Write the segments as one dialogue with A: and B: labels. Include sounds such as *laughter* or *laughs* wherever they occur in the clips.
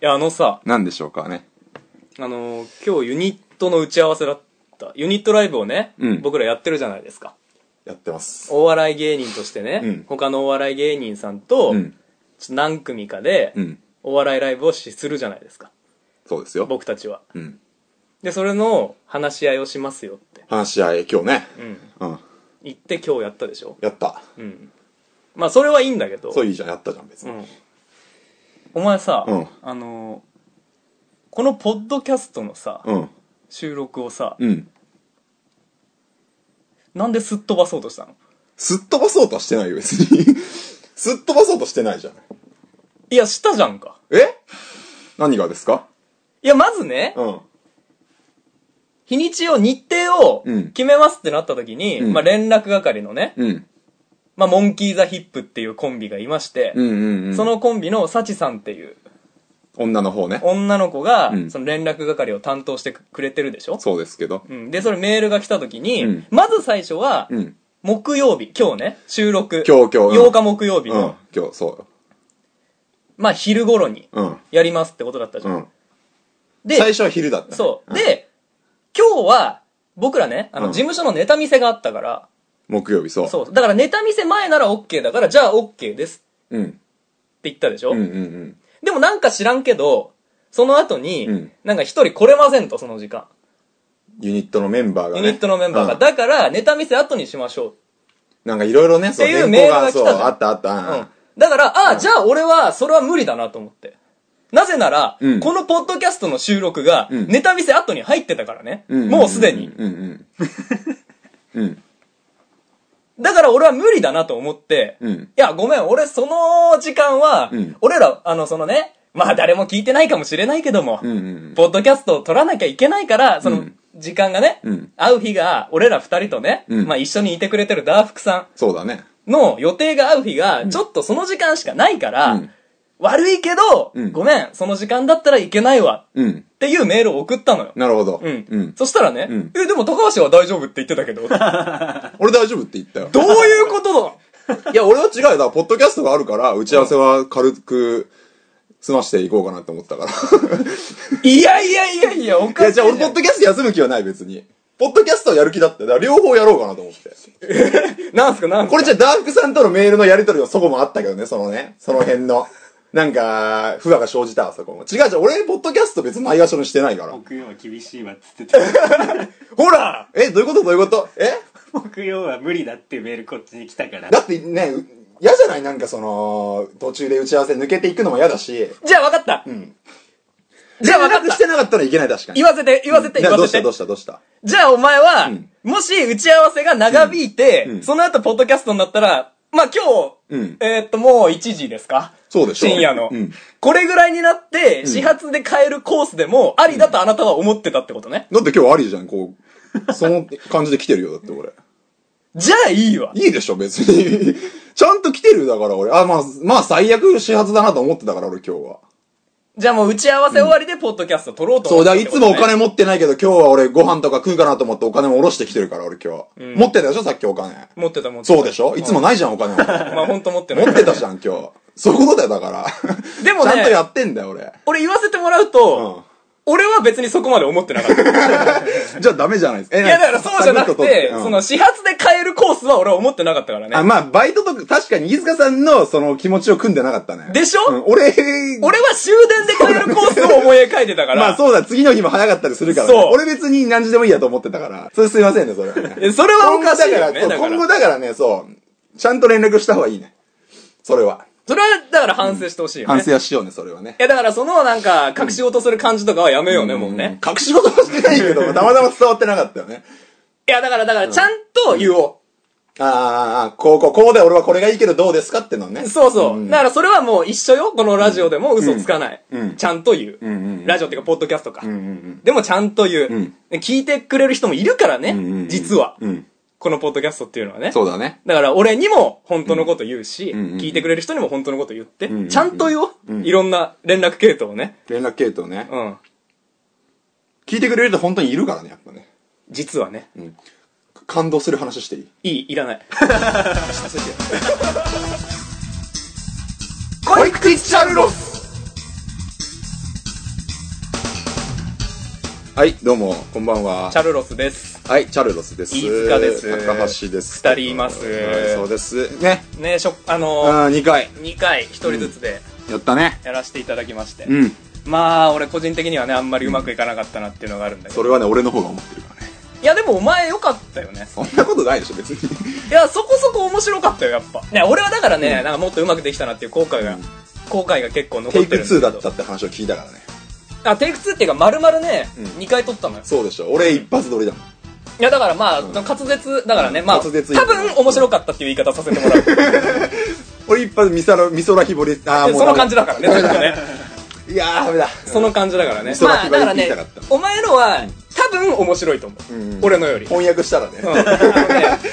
A: や、あのさ、
B: なんでしょうかね。
A: あのー今日ユニットの打ち合わせだった。ユニットライブをね、
B: うん
A: 僕らやってるじゃないですか。
B: やってます。
A: お笑い芸人としてね、
B: うん
A: 他のお笑い芸人さんと、
B: うん。
A: ちょ何組かで、
B: うん。
A: お笑いライブをしするじゃないですか。
B: そうですよ。
A: 僕たちは。
B: うん。
A: で、それの話し合いをしますよって。
B: 話し合い、今日ね。
A: うん。
B: うん。
A: 言って今日やったでしょ
B: やった。
A: うん。まあ、それはいいんだけど。
B: そういいじゃん、やったじゃん、別
A: う
B: に。
A: ん。お前さ、
B: うん
A: あのー、このポッドキャストのさ、
B: うん。
A: 収録をさ、
B: うん。
A: なんですっ飛ばそうとしたの
B: すっ飛ばそうとはしてないよ、別に。 *laughs* すっ飛ばそうとしてないじゃん。
A: いや、したじゃんか。
B: え何がですか
A: いや、まずね、
B: うん。
A: 日にちを、日程を
B: うん
A: 決めますってなった時に、
B: うん
A: まあ連絡係のね、
B: うん。
A: まあモンキー・ザ・ヒップっていうコンビがいまして、
B: うんうんうん。
A: そ、のコンビのサチさんっていう
B: 女の方ね。
A: 女の子が、
B: うん
A: その連絡係を担当してくれてるでしょ、
B: そうですけど。
A: うん、で、それメールが来た時に、
B: うん
A: まず最初は、
B: うん。
A: 木曜日、今日ね、収録。
B: 今日今日うん
A: 8日木曜日
B: う
A: の、
B: ん。今日、そうよ。
A: まあ昼頃に
B: うん。
A: やりますってことだったじゃ。
B: うんん。
A: で、
B: 最初は昼だったね。
A: そう。で、今日は、僕らね、あの、
B: うん
A: 事務所のネタ見せがあったから、
B: 木曜日、そう。
A: そう。だからネタ見せ前なら OK だから、じゃあ OK です
B: うん。
A: って言ったでしょ、
B: うんうんうん。
A: でもなんか知らんけど、その後に、
B: うん
A: なんか一人来れませんと、その時間。
B: ユニットのメンバーが
A: ユ
B: ね。
A: ニットのメンバーが。
B: うん
A: だから、ネタ見せ後にしましょう。
B: なんかいろいろね、
A: ていう
B: そう
A: メールが
B: 原稿
A: 来たじ
B: そう、
A: ゃん
B: あったあっ
A: う
B: た。
A: ん。だから、ああ、
B: ん
A: じゃあ俺は、それは無理だなと思って。なぜなら、
B: うん
A: このポッドキャストの収録が、
B: うん
A: ネタ見せ後に入ってたからね。
B: うんんん
A: もうすでに。
B: うんうん。うん。
A: だから俺は無理だなと思って、
B: うん
A: いや、ごめん、俺その時間は、
B: うん
A: 俺ら、あの、そのね、まあ誰も聞いてないかもしれないけども、
B: うんうん
A: ポッドキャストを撮らなきゃいけないから、そうの
B: ん、
A: 時間がね、
B: うん
A: 会う日が、俺ら二人とね、
B: うん
A: まあ一緒にいてくれてるダーフクさ
B: そうだね。
A: んの予定が合う日が、ちょっとその時間しかないから、
B: うん
A: 悪いけど、
B: うん
A: ごめん、その時間だったらいけないわ、
B: うん。
A: っていうメールを送ったのよ。
B: なるほど。
A: うん。
B: うん。
A: そしたらね、
B: うん
A: え、でも高橋は大丈夫って言ってたけ
B: *laughs*
A: ど、
B: 俺大丈夫って言ったよ。
A: どういうこと
B: いや、俺は違うよ。だから、ポッドキャストがあるから、打ち合わせは軽く済ましていこうかなって思ったから。
A: だいやいやいやいや、お
B: い
A: かし
B: や、
A: い
B: じ
A: じ
B: ゃ
A: ゃ
B: あ
A: ん。
B: 俺、ポッドキャスト休む気はない、別に。ポッドキャストはやる気だったよだから両方やろうかなと思って。
A: なんすかなんす
B: こ
A: か
B: れじゃあダーフクさんとのメールのやり取りのそこもあったけどね、そのね、その辺の。なんか、不和が生じたわ、そこも。違う違う、俺、ポッドキャスト別にないがしろにしてないから。
C: 木曜は厳しいわっつってた
B: *laughs*
A: ほら
B: え、どういうことどういうことえ
C: 木曜は無理だっていうメールこっちに来たから
B: だってね、う嫌じゃないなんかその、途中で打ち合わせ抜けていくのも嫌だし。
A: じゃあ分かった、じゃあ分か
B: 連絡
A: っ
B: したてなかったらいけない、確かに。
A: 言わせて、言わせて、
B: な
A: 言
B: ど
A: わ
B: うし
A: せ
B: たどう
A: て。
B: したどうした
A: じゃあお前は、
B: ん
A: もし打ち合わせが長引いて、
B: うん
A: その後ポッドキャストになったら、まあ今日、
B: うん
A: えーっともう1時ですか
B: そうでしょ
A: 深夜の、
B: うん
A: これぐらいになって、始発で帰るコースでも、ありだとあなたは思ってたってことね。
B: だって今日ありじゃん、こう。その感じで来てるよ、だって俺。
A: じゃあいいわ。
B: いいでしょ、別に。 *laughs* ちゃんと来てるだから俺。あ、まあ、まあ最悪始発だなと思ってたから俺今日は。
A: じゃあもう打ち合わせ終わりでポッドキャスト撮ろうと
B: そ
A: 思
B: う、
A: ってっ
B: だからい
A: てこ
B: つ
A: とね、
B: もお金持ってないけど今日は俺ご飯とか食うかなと思ってお金も下ろしてきてるから俺今日は。持ってたでしょ、さっきお金。
A: 持ってたもん。
B: そうでしょいつも
A: な。
B: ないじゃん、お金は。
A: まあ本当持ってない。
B: 持ってたじゃん、今日。そういうことだよ、だから。
A: でもね
B: ちゃんとやってんだよ、俺。
A: 俺言わせてもらうと、
B: う
A: 俺は別にそこまで思ってなかった。い
B: ん。じゃあダメじゃないですか。い
A: やだからそうじゃなくて、その始発で帰るコースは俺は思ってなかったから
B: あ、
A: ね。
B: まあ、バイトとか、確かに飯塚さんの、その気持ちを組んでなかったね。
A: でしょ
B: うん俺、
A: 俺は終電で帰るコースを思い描いてたから。
B: まあそうだ、次の日も早かったりするから、ね。
A: そう
B: 俺別に何時でもいいやと思ってたから。それすいませんね、そ
A: *laughs*
B: れはね。
A: えそれはお
B: 今後
A: か
B: だ
A: しい
B: か
A: よ
B: ら、
A: ね。
B: そう
A: だか
B: 今後
A: ら。
B: だからね、そう。ちゃんと連絡した方がいいね。それは。
A: それは、だから反省してほしいよね。
B: 反
A: い
B: 省はしようね、それはね。
A: やだからそのなんか、隠し事する感じとかはやめようね、もうね。
B: 隠し事はしてないけど、たまたま伝わってなかったよね。
A: いやだから、だからちゃんと言お
B: あーあー、あーこうこう、こうで俺はこれがいいけどどうですかってのね
A: う。。そうそう。だからそれはもう一緒よ。このラジオでも嘘つかない
B: うんう。ん
A: ちゃんと言う。
B: んうん
A: ラジオっていうか、ポッドキャストか。
B: うんうん
A: でもちゃんと言う。
B: うん
A: で聞いてくれる人もいるからね、
B: うんうんうん
A: 実は、
B: うん。うん。
A: このポッドキャストっていうのはね。
B: そうだね。
A: だから俺にも本当のこと言うし、
B: んうんうん
A: 聞いてくれる人にも本当のこと言って、
B: んうんうん
A: ちゃんと言おう、いろんな連絡系統をね。
B: 連絡系統ね。
A: うん。
B: 聞いてくれる人本当にいるからね、やっぱね。
A: 実はね、
B: 感動する話していい
A: いい、いらない。こいくチャルロス
B: はい、どうも、こんばんは
A: チ。ャルロスです。
B: はい、チャルロスです。
A: 飯塚です
B: 高橋です。
A: 二人います
B: はいそうです。ね。
A: ね、しょ、あのー、
B: あー、2回。
A: 2回1人ずつで
B: やったね。
A: やらせていただきまして。
B: うん。
A: まあ、俺個人的にはね、あんまりうまくいかなかったなっていうのがあるんだけ
B: そ
A: ど。
B: れはね、俺の方が思ってるからね。
A: いや、でもお前良かったよね。
B: そんなことないでしょ、別に。
A: いや、そこそこ面白かったよ、やっぱ。ね、俺はだからね、なんかもっとうまくできたなっていう後悔が、
B: うん
A: 後悔が結構残
B: テ
A: っ
B: イク
A: てるん
B: 2だ
A: だ
B: っ
A: け
B: た
A: ど。
B: って話を聞いたからね。
A: あ、テイク2っていうか、丸々ね、
B: うん
A: 2回撮ったのよ。
B: そうでしょ。俺一発撮りだもん。
A: いや、だからまあ、
B: ん
A: 滑舌、だからね、まあ、多
B: 滑舌いいね
A: 分面白かったっていう言い方させてもらう。
B: 俺一発、ミサラ、ミソラヒボリ、あー、もう
A: そ
B: ダ
A: の
B: メ
A: 感じだ
B: *laughs*
A: からね、ちょっとね。
B: いやー、ダメだ。
A: その感じだからね。
B: そう
A: まあ、だから
B: 言い
A: ね
B: たかった、
A: お前のは、多分面白いと思う。
B: うん
A: 俺のよ *laughs* り。うん
B: 翻訳したらね。
A: あのね、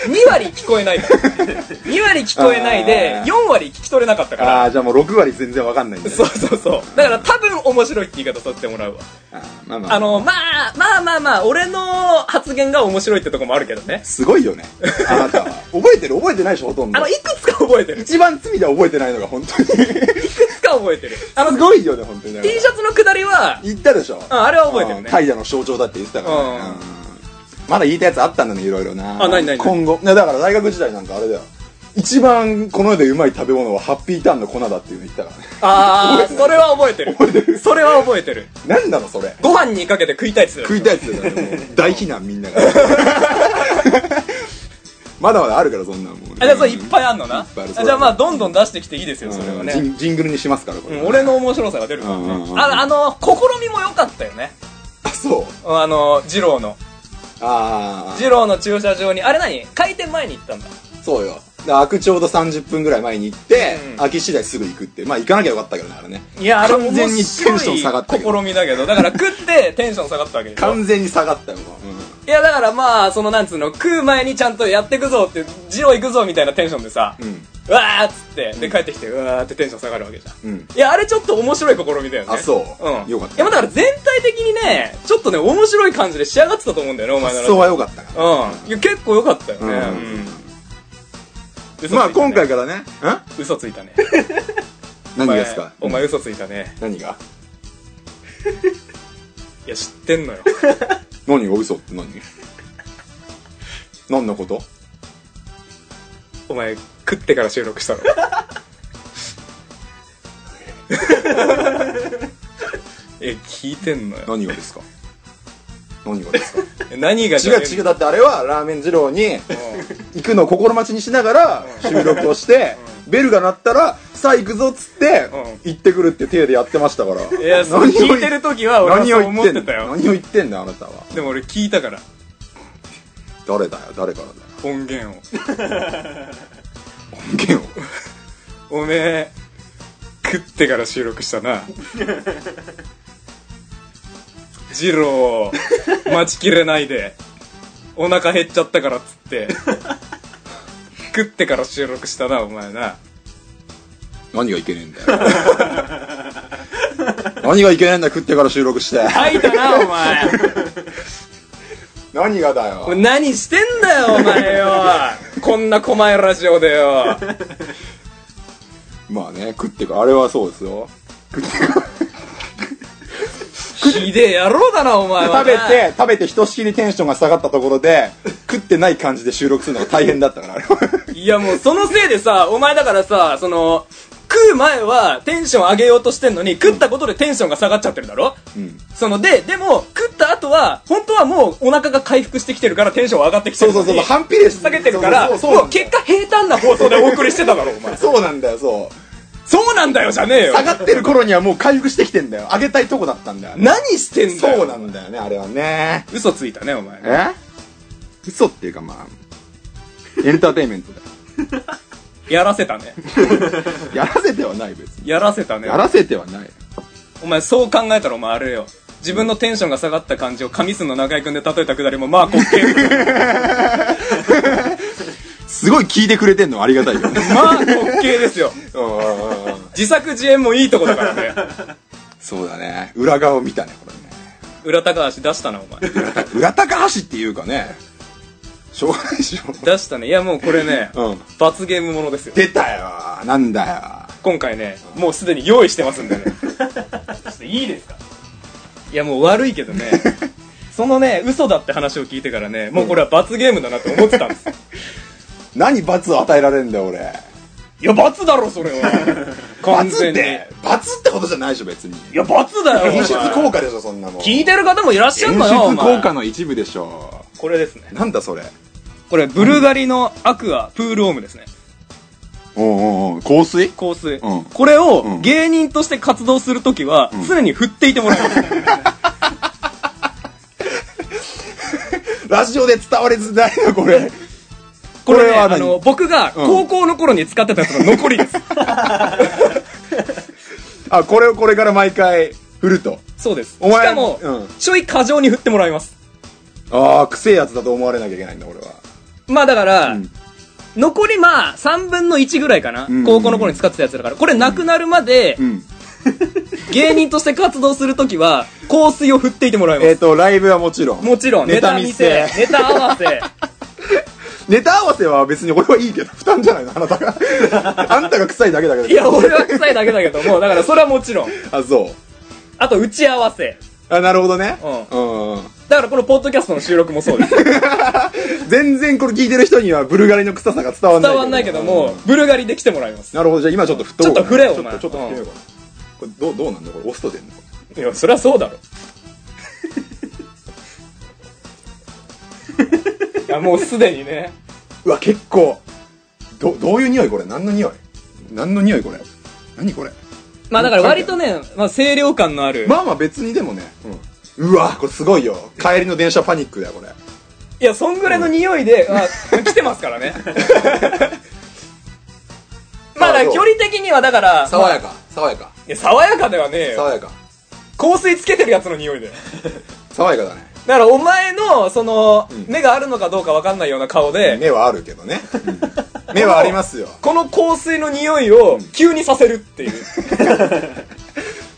A: 2割聞こえない
B: *laughs*
A: から。2割聞こえないで
B: あ、ー
A: 4割聞き取れなかったから。
B: あー、じゃあもう6割全然わかんないんだね
A: そうそうそう。だから多分面白いって言い方させてもらうわ。
B: あーまあまあ。
A: あの、まあ、まあまあまあ、俺の発言が面白いってとこもあるけどね。
B: すご
A: *laughs*
B: いよね。あなたは。覚えてる覚えてないでしょ、ほとんど
A: あの、い。くつか覚えてる。いく
B: 一番罪では覚えてないのが本当に。 *laughs* す
A: つか覚えてる。あの、
B: ごいよね、本当に。
A: T シャツのくだりは、
B: 言ったでしょ。
A: うんあれは覚えてるね
B: うん怠惰の象徴だって言ってたからね。
A: うん
B: うんまだ言いたいやつあったんだね、いろいろな。
A: あないないない
B: 今後。ねだから大学時代なんかあれだよ。一番この世でうまい食べ物はハッピーターンの粉だっていうの言ったからね。
A: あー、それは覚えてる。それは覚えてる。
B: なんなの、それ。
A: ご飯にかけて食いたいっすよ。
B: 食いたいやつだよ、ね、もう大非難みんながまだまだあるからそんなんもうね
A: あ、じゃあそれいっぱいあんのな。
B: いっぱいある
A: あじゃあまあ、どんどん出してきていいですよ、それは
B: うんジ
A: ね。
B: ンジングルにしますからこ
A: う
B: れ、
A: ん、俺の面白さが出るから
B: うんうん
A: ね
B: う。ん
A: ああの、試みも良かったよね。
B: あそう
A: あの、二郎の。
B: あ
A: 二郎の駐車場に、あれ何開店前に行ったんだ。
B: あそうよだから開くちょうど30分ぐらい前に行って、
A: うん
B: 開き次第すぐ行くってまあ行かなきゃよかったけどねあれね
A: いや、あれ
B: 完全にテンション下がったけ
A: 面白
B: ど
A: い試みだけど、だから食ってテンション下がったわけでしょ。
B: 完全に下がったよもう、うん
A: いや、だからまあ、そのなんつうの、食う前にちゃんとやってくぞって、ジロー行くぞみたいなテンションでさ、
B: うん
A: うわーっつって、で帰ってきて、うわーってテンション下がるわけじゃん。
B: うん
A: いや、あれちょっと面白い試みだよね。
B: あそう
A: うん。
B: よかった
A: いや、まあだから全体的にね、ちょっとね、面白い感じで仕上がってたと思うんだよね、お前なら。
B: 発想は良かったから
A: うん。いや、結構良かったよね。
B: うん
A: うん。嘘ついたね
B: まあ今回。からねん
A: 嘘ついたね。
B: *laughs* 何ですか
A: お前お前嘘ついたね。
B: 何が
A: いや、知ってんのよ。
B: *laughs* 何が嘘って何何のこと
A: お前、食ってから収録
B: *laughs*
A: したの。え、聞いてんのよ。
B: 何がですか何がですか
A: え何がじゃ
B: 違
A: ね
B: う違うだってあれはラーメン二郎に
A: えんだよ
B: 行くのを心待ちにしながら収録をして、ベルが鳴ったらさあ行くぞっつって、
A: うん
B: 行ってくるって体でやってましたから
A: うんいや、そう
B: 何を言
A: 聞いてる時は俺は
B: 何を
A: そう思
B: 言っ
A: ってて
B: んの
A: たよ。
B: 何を言ってんだよあなたは
A: でも俺聞いたから、
B: 誰だよ誰からだよ
A: 音源を。
B: 音
A: *laughs*
B: 源を
A: おめえ、食ってから収録したな。ジロー、待ちきれないで、お腹減っちゃったからっつって、食ってから収録したな、お前な。
B: 何がいけねえんだよ何がいけねえんだよ食ってから収録して
A: 吐いたな、お前。
B: 何がだよ
A: お前何してんだよ、お前よ。こんな狛江ラジオでよ。
B: まあね食ってからあれはそうですよ食ってから
A: ひでえ野郎だな、お前はな。
B: 食べて、食べてひとしきりテンションが下がったところで、食ってない感じで収録するのが大変だったから、あれは
A: いやもうそのせいでさ、お前だからさ、その、食う前はテンション上げようとしてんのに、食ったことでテンションが下がっちゃってるだろ
B: うん。
A: そので、でも、食った後は、本当はもうお腹が回復してきてるからテンション上がってきて
B: そう
A: るの
B: そう
A: に。
B: そう、反比例し
A: 下げてるから、
B: そうそうそう
A: もう結果平坦な放送でお送りしてただろ、お前。
B: そうなんだよ、そう。
A: そうなんだよ、じゃねえよ。
B: 下がってる頃にはもう回復してきてんだよ。上げたいとこだったんだよ。
A: 何してんだよ。
B: そうなんだよね、あれはね。
A: 嘘ついたね、お前。
B: え嘘っていうかまあ、エンターテインメントだよ。
A: やらせたね。
B: やらせてはない、別に。
A: やらせたね。
B: やらせてはない。
A: お前、そう考えたらお前あれよ。自分のテンションが下がった感じを上須の中井くんで例えたくだりも、まあ、滑稽。
B: *laughs* すごい聞いてくれてんのはありがたいよね。
A: まあ、滑稽ですよ。自作自演もいいとこだからね。 *laughs*
B: そうだね。裏側を見たね、これね。
A: 裏高橋出したな、お前。
B: 裏高橋っていうかね、しょうがないでしょ。
A: 出したね。いや、もうこれね、
B: うん
A: 罰ゲームものですよ。
B: 出たよなんだ
A: 今回ね、もうすでに *laughs* 用意してますんでね。
C: ちょっといいですか
A: *laughs* いや、もう悪いけどね、そのね嘘だって話を聞いてからねもうこれは罰ゲームだなって思ってたんですよ
B: 何罰を与えられるんだよ、俺。
A: *laughs* いや罰だろそれは *laughs* 完
B: 罰
A: 全
B: っ
A: に
B: て、罰ってことじゃないでしょ、別に。
A: いや罰だよお前
B: 演出効果でしょ、そんなもん。
A: 聞いてる方もいらっしゃる
B: 演
A: のよお
B: 出
A: 前
B: 効果の一部でしょ。
A: これですね
B: なんだそれ。
A: これブルガリのアクアプールオウムですね
B: うんうんうん。香水
A: 香水、
B: うん
A: これを
B: うん
A: 芸人として活動するときは常に振っていてもら *laughs* える、
B: ラジオで伝わりづらいな、これ。
A: これね
B: これは
A: あ
B: 何
A: の僕が高校の頃に使ってたやつの残りです、
B: あ、これをこれから毎回振ると。
A: *laughs* そうです
B: お前
A: しかも、
B: うん
A: ちょい過剰に振ってもらいます
B: ああ、くせえやつだと思われなきゃいけないんだ、俺は。
A: まあだから、
B: ん
A: 残りまあ3分の1ぐらいかな、
B: ん
A: 高校の頃に使ってたやつだからこれなくなるまで、
B: ん。
A: 芸人として活動するときは香水を振っていてもらいます、
B: えっ、と、ライブはもちろん。
A: もちろんネ
B: ネ
A: タ
B: タ
A: 見
B: 見
A: せ
B: せ
A: ネタ合わせ
B: ネタ合わせは別に俺はいいけど、負担じゃないの、あなた
A: *laughs*
B: が。あんたが臭いだけだけど。
A: いや俺は臭いだけだけどもうだからそれはもちろん
B: あ、そう。
A: あと打ち合わせ
B: あ、なるほどね。
A: う
B: うん。うん。
A: だからこのポッドキャストの収録もそうです
B: 全然これ聞いてる人にはブルガリの臭さが伝わんない。
A: 伝わんないけども、ブルガリで来てもらいます。
B: なるほど、じゃあ今ちょっと振っとこう
A: ちょっと振れよ
B: ちょっ
A: お前
B: と、ちょっと振ってみようかな。これ、どう、どうなんだこれ、押すと出んの
A: いや、そりゃそうだろ。 *laughs* いや、もうすでにね。
B: うわ、結構。ど、どういう匂いこれ何の匂い何の匂いこれ何これ
A: まあだから割とね、まあ清涼感のある。
B: まあまあ別にでもね。うん。うわ、これすごいよ。帰りの電車パニックだよ、これ。
A: いや、そんぐらいの匂いで、まあ、来てますからね。 *laughs* まあだから距離的にはだから、まあ
B: やか、爽やか。
A: いや爽やかではねえよ。
B: やか。
A: 香水つけてるやつの匂いで。
B: 爽やかだね。
A: だからお前の、その、
B: ん
A: 目があるのかどうかわかんないような顔で、
B: 目はあるけどね。 *laughs* 目はありますよ。
A: この香水の匂いを急にさせるっていう。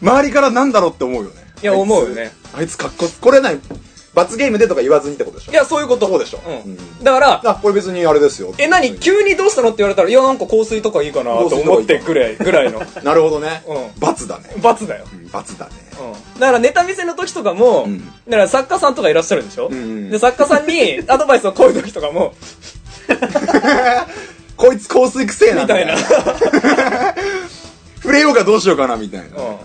B: 周りからなんだろうって思うよね。
A: いや
B: あつ
A: 思うよね。
B: あいつかっこつ、これ何罰ゲームでとか言わずにってことでしょ
A: いや、そういうこと。
B: そうでしょ
A: う
B: うん
A: ん。だから、
B: あ、これ別にあれですよ。
A: え、何急にどうしたのって言われたら、いや、なんか香水とかいいかなと思ってくれ、ぐらいの。
B: なるほどね。
A: う
B: *laughs* 罰だね。
A: 罰だよ。
B: うん罰だね。
A: うん。だからネタ見せの時とかも、
B: うん
A: だから作家さんとかいらっしゃるでしょ、
B: んうん
A: で、作家さんに *laughs* アドバイスをこういう時とか
B: *laughs*
A: も、
B: こいつ香水くせえな。
A: みたいな。。
B: 触れようかどうしようかな、みたいな。
A: うん
B: うん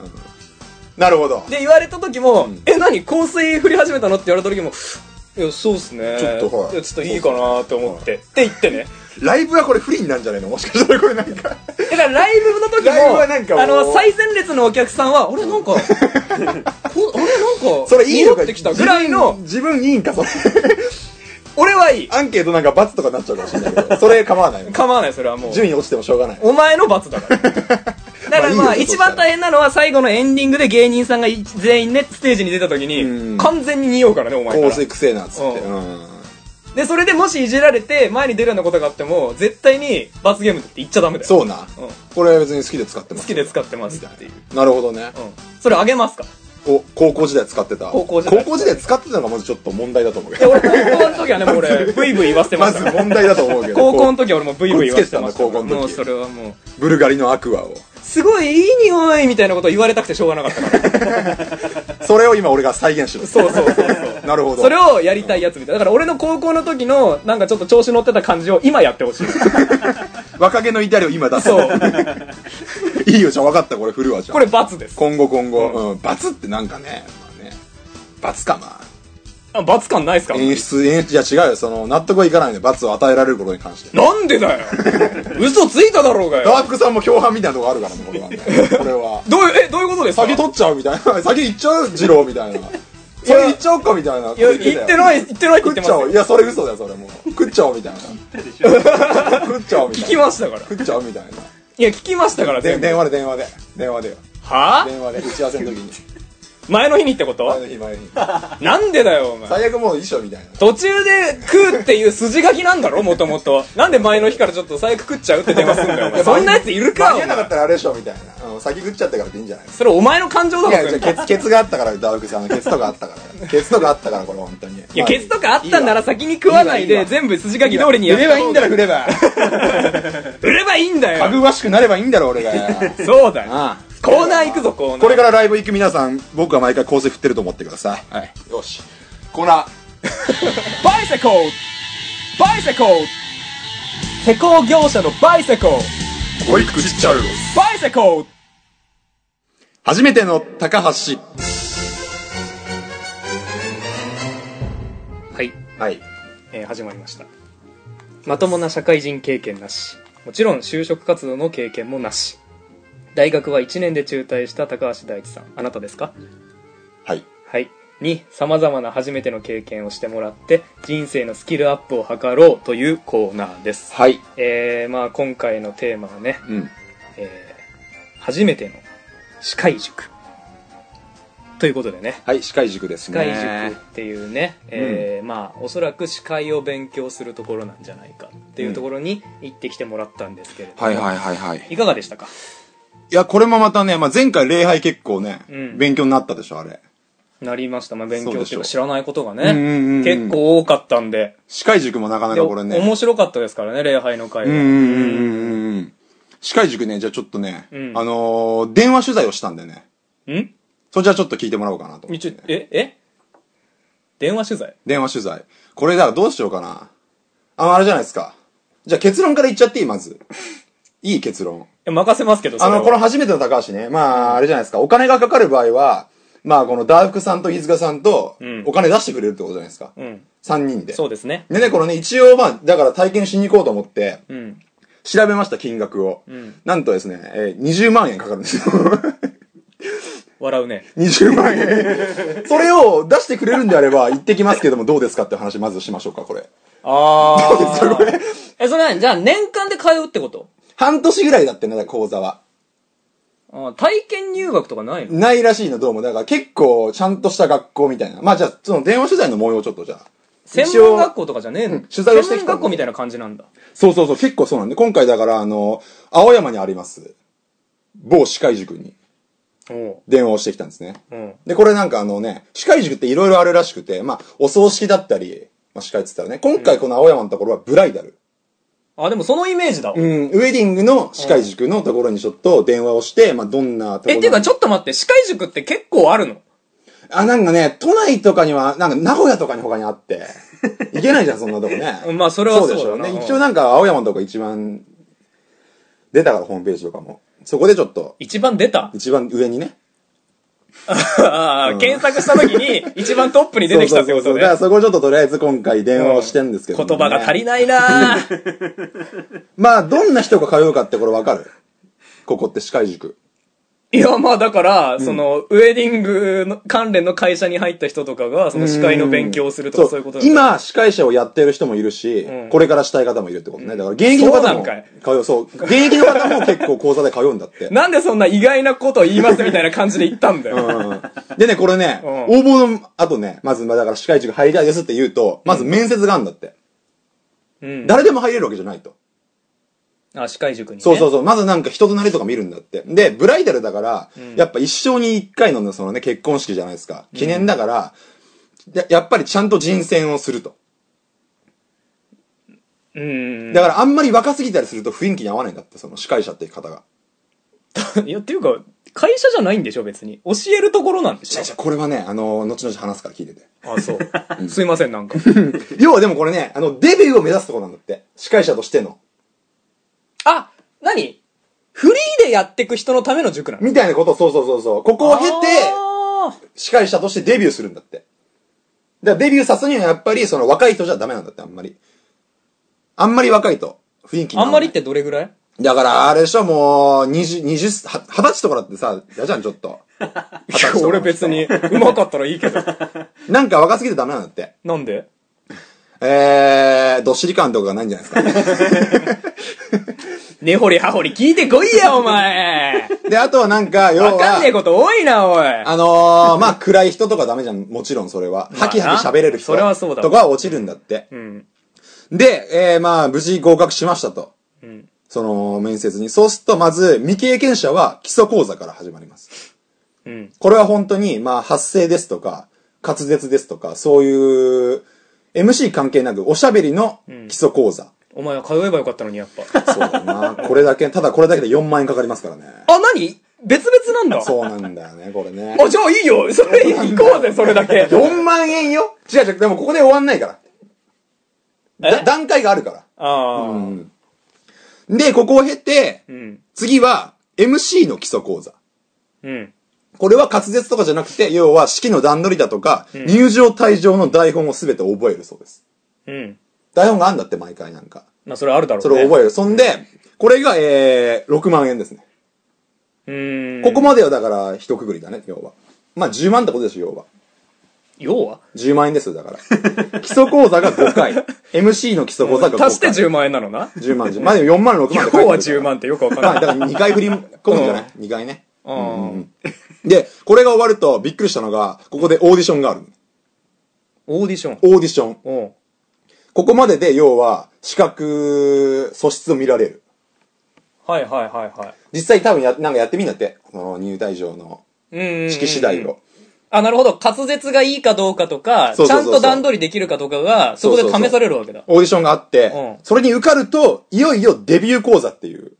B: なるほど。
A: で、言われた時も、え、何香水振り始めたのって言われた時も、いや、そうっすね。
B: ちょっとはい
A: や、ちょっといいかなと思って、って言ってね。
B: ライブはこれ不利になんじゃないのもしかしたらこれなん
A: *laughs* だ
B: か。
A: からライブの時
B: ライブ
A: も、
B: はなんかもう
A: あの、最前列のお客さんは、あれ
B: *laughs*
A: なんか、こあれなんか、
B: それいいの
A: 匂
B: か
A: ってきたぐらいの、
B: 自分自分いいんか、それ。 *laughs*
A: 俺はいい。
B: アンケートなんか罰とかになっちゃうかもしれないけど。それ構わないもん。
A: 構わない、それはもう。
B: 順位落ちてもしょうがない。
A: お前の罰だから。
B: *laughs*
A: だからま
B: ま
A: あ、
B: あいいよ
A: 一番大変なのは最後のエンディングで芸人さんが一全員ね、ステージに出た時
B: う
A: に、
B: ん
A: 完全に匂うからね、お前から。
B: 香水くせえな、つって。
A: う
B: うん。
A: で、それでもしいじられて、前に出るようなことがあっても、絶対に罰ゲームって言っちゃダメだよ。
B: そうな
A: うん。
B: これ別に好きで使ってま
A: 好
B: す。
A: きで使ってます
B: み
A: っていう。
B: なるほどね。
A: うん。それあげますか
B: お高校時代使ってた。
A: 高校時代
B: 使ってたのがまずちょっと問題だと思うけ
A: いや、
B: ど。
A: 俺高校の時はね、もう
B: *laughs*
A: 俺、ブイブイ言わせてま
B: ま
A: し
B: ず
A: たから。
B: 問題だと思うけど。
A: 高校の
B: こ
A: 時は俺もブイブイ言わせてましたから。
B: こうつけてたんだ
A: も
B: 高校の
A: う
B: 時
A: それはもう、
B: うブルガリのアクアを。
A: すごいいい匂いみたいなことを言われたくてしょうがなかったから。
B: それを今俺が再現しろ。
A: そう *laughs* そうそうそう。
B: なるほど。
A: それをやりたいやつみたいな。だから俺の高校の時の、なんかちょっと調子乗ってた感じを今やってほしい。
B: 若気の至りを今出す。
A: そう。
B: *laughs* いいよ、じゃあ分かった、これ振るわ、じゃあ。
A: これ罰です。
B: 今後今後。
A: う
B: うん。罰ってなんかね、まあね。罰かな。
A: あ罰感ないっすか
B: 演出、演出、いや違うよ、その、納得はいかないね、罰を与えられることに関して。
A: なんでだよ嘘ついただろうが
B: ダー
A: よ
B: クさんも共犯みたいなとこあるからね、
A: *laughs*
B: これはね。これは。
A: どういう、え、どういうことですか
B: 先取っちゃうみたいな。 *laughs* 先行っちゃう二郎みたいな。それ行っちゃおうかみたいな。
A: いや、言ってない、言ってないって言っ
B: 食
A: て
B: っ
A: ま
B: ち
A: す
B: ゃおう。
A: よ
B: いや、それ嘘だよ、それもう。食っちゃおうみたいな。食っちゃおうみ
A: 聞
B: たい
A: き
B: な。
A: ましたから。
B: 食っちゃおうみたいな。
A: いや、聞きましたから、
B: で
A: 全部。
B: 電話で電話で。電話でよ。
A: はぁ
B: 電話で。打ち合わせの時に。
A: 前の日にってこ
B: 前
A: と
B: の日前の日。
A: なんでだよ、お前。
B: 最悪もう衣装みたいな。
A: 途中で食うっていう筋書きなんだろ、もともと。なんで前の日からちょっと最悪食っちゃうって電話すんだよ、お前。そんなやついるか、
B: 間
A: お
B: に合わなかっ
A: 前。
B: たらあれでしょみたいな。うん先食っちゃったからでいいんじゃない
A: それお前の感情だ
B: い
A: ろ、そ
B: や、
A: れ
B: じゃあケツ、ケツがあったから、ダークさんのケツとかあったから。ケツとかあったから、これ本当に。
A: いや、
B: まあ
A: ケツとかあったんなら先に食わない
B: いいわ
A: で、
B: いいわ
A: 全部筋書き通りにや
B: 振ればいいんだろ、振れば。
A: *laughs* 売ればいいんだ
B: か
A: よ
B: ぐわしくなればいいんだろ、 *laughs* 俺が。
A: そうだよ。
B: ああ。
A: コーナー行くぞ、コーナー。
B: これからライブ行く皆さん、僕は毎回構成振ってると思ってください。
A: はい。
B: よし。コーナー
A: バイセコーバイセコー施工業者のバイセコー
B: 保育チャル
A: バイセコー
B: 初めての高橋
A: はい、
B: はい
A: えー始まりましたまともな社会人経験なしもちろん就職活動の経験もなし大学は1年で中退した高橋大地さんあなたですか
B: はい
A: はいに様々な初めての経験をしてもらって人生のスキルアップを図ろうというコーナーです、
B: はい
A: えーまあ、今回のテーマはね、
B: うん
A: えー初めての歯科医塾ということでね
B: はい歯科医塾です
A: 歯
B: ね
A: 科医塾っていうね、えーまあおそらく歯科医を勉強するところなんじゃないかっていうところに行ってきてもらったんですけれども、
B: はいはいはいはい
A: いかがでしたか
B: いやこれもまたね、まあ、前回礼拝結構ね、
A: うん
B: 勉強になったでしょあれ
A: なりました、まあ、勉強って
B: そうでし
A: いう
B: ょう
A: か知らないことが
B: うんうんうんうん
A: ね結構多かったんで
B: 歯科医塾もなかな
A: で
B: かこれね
A: 面白かったですからね礼拝の会
B: う
A: は
B: んうんうんうんうん歯科医塾ねじゃあちょっとね、
A: うん
B: あのー電話取材をしたんでね
A: うん
B: それじゃあちょっと聞いてもらおうかなと思っ
A: 一
B: て
A: 応ええ電話取材
B: 電話取材これだからどうしようかなああれじゃないですかじゃあ結論から言っちゃっていいま
A: *laughs*
B: ずいい結論
A: え任せますけどそ
B: あ
A: れは
B: の、この初めての高橋ね、まあ、あれじゃないですか、お金がかかる場合は、まあ、このダーフクさんと飯塚さんと
A: ん、
B: お金出してくれるってことじゃないですか。
A: うん
B: 三3人で。
A: そうですね
B: でね、このね、一応、まあ、だから体験しに行こうと思って、
A: うん
B: 調べました、金額を。
A: ん
B: なんとですね、えー、20万円かかるんですよ。 *laughs*
A: 笑うね
B: 20万円。それを出してくれるんであれば、行ってきますけども、どうですかって話、まずしましょうか、これ。
A: ああ
B: *laughs*
A: えそれ何じゃあ年間で通うってこと
B: 半年ぐらいだってね、だから講座は。
A: あー体験入学とかないの
B: ないらしいの、どうも。だから結構、ちゃんとした学校みたいな。まあ、じゃあ、その電話取材の模様をちょっと、じゃあ。
A: 専門学校とかじゃねえの、
B: うん取材をして
A: 専
B: きたの
A: 門学校みたいな感じなんだ
B: そうそうそう、結構そうなんで、今回だから、あの、青山にあります、某歯科医塾に
A: お
B: 電話をしてきたんですね。
A: ううん
B: で、これなんかあのね、歯科医塾っていろいろあるらしくて、まあ、お葬式だったり、まあ、歯科医って言ったらね、今回この青山のところはブライダル。
A: あでもそのイメージだわ、
B: うん、ウェディングの歯科医塾のところにちょっと電話をして、まあ、どんなところ
A: えっていうかちょっと待って歯科医塾って結構あるの
B: あ、なんかね、都内とかには、なんか名古屋とかに他に
A: *laughs*。
B: あって、行けないじゃん、そんなとこね
A: まあそれはそうだな
B: でしょう
A: うん
B: ね。一応なんか青山のとこ一番、出たからホームページとかも。そこでちょっと、
A: 一番出た
B: 一番上にね。
A: あー検索した時に一番トップに出てきたってこと
B: そうそうそうそう
A: ね
B: だからそこちょっととりあえず今回電話をしてんですけど、
A: 言葉が足り
B: ない。
A: ないなー
B: まあ、どんな人が通うかってこれわか
A: *laughs*
B: るここって歯科医塾。
A: いや、まあだから、その、ウェディングの関連の会社に入った人とかが、その司会の勉強をするとかそういうことなんだ
B: 今、司会者をやってる人もいるし、
A: うん
B: これからしたい方もいるってことね。だから現役の
A: そう
B: 方
A: なん
B: も
A: かい
B: 通う。そう。現役の方も結構講座で通うんだって。
A: *laughs* なんでそんな意外なことを言いますみたいな感じで言ったんだよ。
B: うんでね、これね、
A: うん
B: 応募の後ね、まず、まあだから、司会塾入りたいですって言うと、まず面接があるんだって。
A: うん。
B: 誰でも入れるわけじゃないと。
A: あ、司会塾に、ね。
B: そうそうそう。まずなんか人となりとか見るんだって。で、ブライダルだから、やっぱ一生に一回のねそのね、結婚式じゃないですか。記念だから、ややっぱりちゃんと人選をすると。
A: う。うん。
B: だからあんまり若すぎたりすると雰囲気に合わないんだって、その司会者っていう方が。
A: いや、っていうか、会社じゃないんでしょ、別に。教えるところなんでし
B: じゃあじゃあこれはね、あの、後々話すから聞いてて。
A: ょ。あ、そう。すいません、なんか。
B: 要はでもこれね、あの、デビューを目指すとこなんだって。司会者としての。
A: あ、何フリーでやってく人のための塾なの
B: みたいなことを、そうそうそうそう。ここを経て、
A: あー
B: 司会者としてデビューするんだって。だからデビューさすにはやっぱり、その若い人じゃダメなんだって、あんまり。あんまり若いと、雰囲気に
A: あ
B: 合わ
A: ん
B: な
A: ま
B: い
A: りってどれぐらい
B: だから、あれでしょ、もう、20、20、は20歳とかだってさ、嫌じゃん、ちょっと。
A: *laughs* いや、俺別に、うまかったらいいけど。
B: なんか若すぎてダメなんだって。
A: なんで
B: えー、どっしり感とかがないんじゃないです
A: *laughs*
B: か。
A: 根掘り葉掘り聞いてこいや、お前
B: で、あとはなんか、要
A: わかんねえ
B: は、
A: こと多いな、おい。
B: あのー、まあ、暗い人とかダメじゃん、もちろんそれは。
A: あな
B: ハキハキ喋れる人
A: それはそうだわ
B: とかは落ちるんだって。
A: うん。
B: で、えー、まあ、無事合格しましたと。
A: うん。
B: その面接に。そうすると、まず、未経験者は基礎講座から始まります。
A: うん。
B: これは本当に、まあ、発声ですとか、滑舌ですとか、そういう、MC 関係なく、おしゃべりの基礎講座。
A: お前は通えばよかったのに、やっぱ。
B: そうだな。これだけ、ただこれだけで4万円かかりますからね。
A: あ、何別々なんだ。
B: そうなんだよね、これね。
A: あ、じゃあいいよ。それ行こうぜ、それだ
B: *laughs*
A: け。
B: 4万円よ違う違う、でもここで終わんないから。だ段階があるから。
A: ああ。
B: う
A: うん。
B: ん。で、ここを経て、
A: うん。
B: 次は MC の基礎講座。
A: うん。
B: これは滑舌とかじゃなくて、要は式の段取りだとか、入場退場の台本を全て覚えるそうです。台本があんだって毎回なんか。
A: まあ、それはあるだろうね。
B: それを覚える。そんで、これが、えー、6万円ですね。
A: える。うん。
B: ここまではだから、一括りだね、要は。まあ、10万ってことでしょ、要は。
A: 要は
B: 10万円ですよ、だ
A: *laughs*
B: から。基礎講座が5回。MC の基礎講座が5回。
A: 足して10万円なのな。
B: 10万、10万。まあ、でも4万、6万って書いて
A: 要
B: るから
A: は10万ってよくわかん
B: はい
A: な
B: だ
A: い。
B: から2回振り込むんじゃない ?2 回ね。
A: うん。
B: で、これが終わるとびっくりしたのが、ここでオーディションがある。
A: オーディション。
B: オーディション。
A: おう
B: ここまでで、要は、資格、素質を見られる。
A: はいはいはいはい。
B: 実際多分や、なんかやってみんだって。その入退場の
A: うんうんうんうん
B: 式次第を。
A: あ、なるほど。滑舌がいいかどうかとか、
B: そう
A: ち
B: そう
A: ゃ
B: そうんそ
A: と
B: う
A: 段取りできるかとかが、そこで試されるわけだ。
B: オーディションがあって、
A: うん
B: それに受かると、いよいよデビュー講座っていう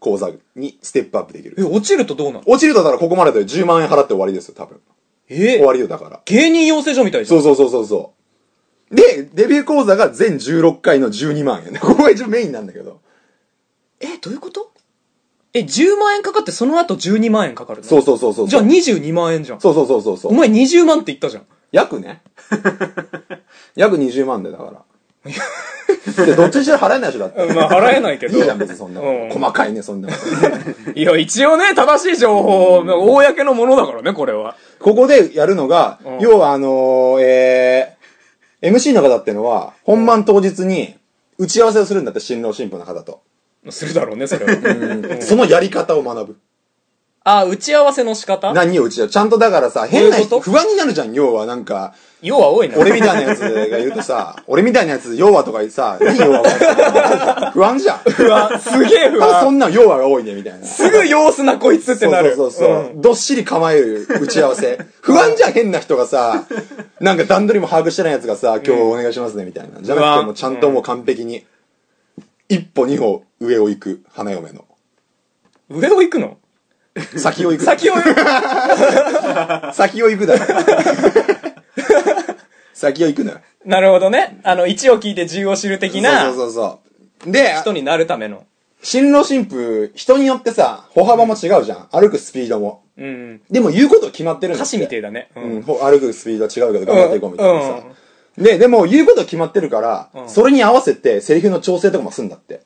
B: 講座にステップアップできる。
A: え、落ちるとどうなの
B: 落ちるとだからここまでで10万円払って終わりですよ、多分。
A: え
B: 終わりよ、だから。
A: 芸人養成所みたいじゃ
B: そ
A: ん。
B: うそうそうそうそう。で、デビュー講座が全16回の12万円。 *laughs* ここが一応メインなんだけど。
A: え、どういうことえ、10万円かかってその後12万円かかるの
B: そうそうそうそう。
A: じゃあ22万円じゃん。
B: そうそうそうそうそ
A: お
B: う。
A: 前20万って言ったじゃん。
B: 約ね。 *laughs* 約20万でだから。で、どっちにしろ払えないでしょ、だって。
A: まあ払えないけ
B: いいじゃん、別にそんなこと。
A: うん
B: 細かいね、そんなこと。
A: *laughs* いや、一応ね、正しい情報、公のものだからね、これは。
B: ここでやるのが、
A: うん
B: 要はあのー、えー、MC の方ってのは、本番当日に打ち合わせをするんだって、新郎新婦の方と。
A: するだろうね、それは。
B: そのやり方を学ぶ。
A: *laughs* あ、打ち合わせの仕方
B: 何を打ち合わせ、ちゃんとだからさ、変な
A: どういうこと
B: 人、不安になるじゃん、要はなんか、
A: 要は多いな。
B: 俺みたいなやつがいるとさ、俺みたいなやつ、要はとか言ってさ、何要は不安じゃん。 *laughs*
A: 不安。すげえ不
B: あそ
A: 安。
B: んなん要はが多いね、みたいな。
A: すぐ様子なこいつってなる。
B: そうそうそうそう、どっしり構える打ち合わ *laughs* せ。不安じゃん変な人がさ、なんか段取りも把握してないやつがさ、今日お願いしますね、みたいな。じゃなくてもうちゃんともう完璧に、一歩二歩上を行く、花嫁の。
A: うん上を行くの
B: 先を行く。
A: 先を
B: *laughs*
A: 行く。
B: 先を行くだよ。 *laughs* 先を行くのよ。
A: なるほどね。あの、1を聞いて10を知る的
B: そう
A: な
B: そうそうそう。で、
A: 人になるための。
B: 新郎新婦、人によってさ、歩幅も違うじゃん。歩くスピードも。
A: うん。
B: でも言うこと決まってるんだ
A: 歌
B: って
A: 詞みてえだね。う。
B: うんん、ほ歩くスピードは違うけど頑張っていこうみたいなさ
A: うん。
B: で、でも言うこと決まってるから、
A: ん
B: それに合わせてセリフの調整とかもすんだって。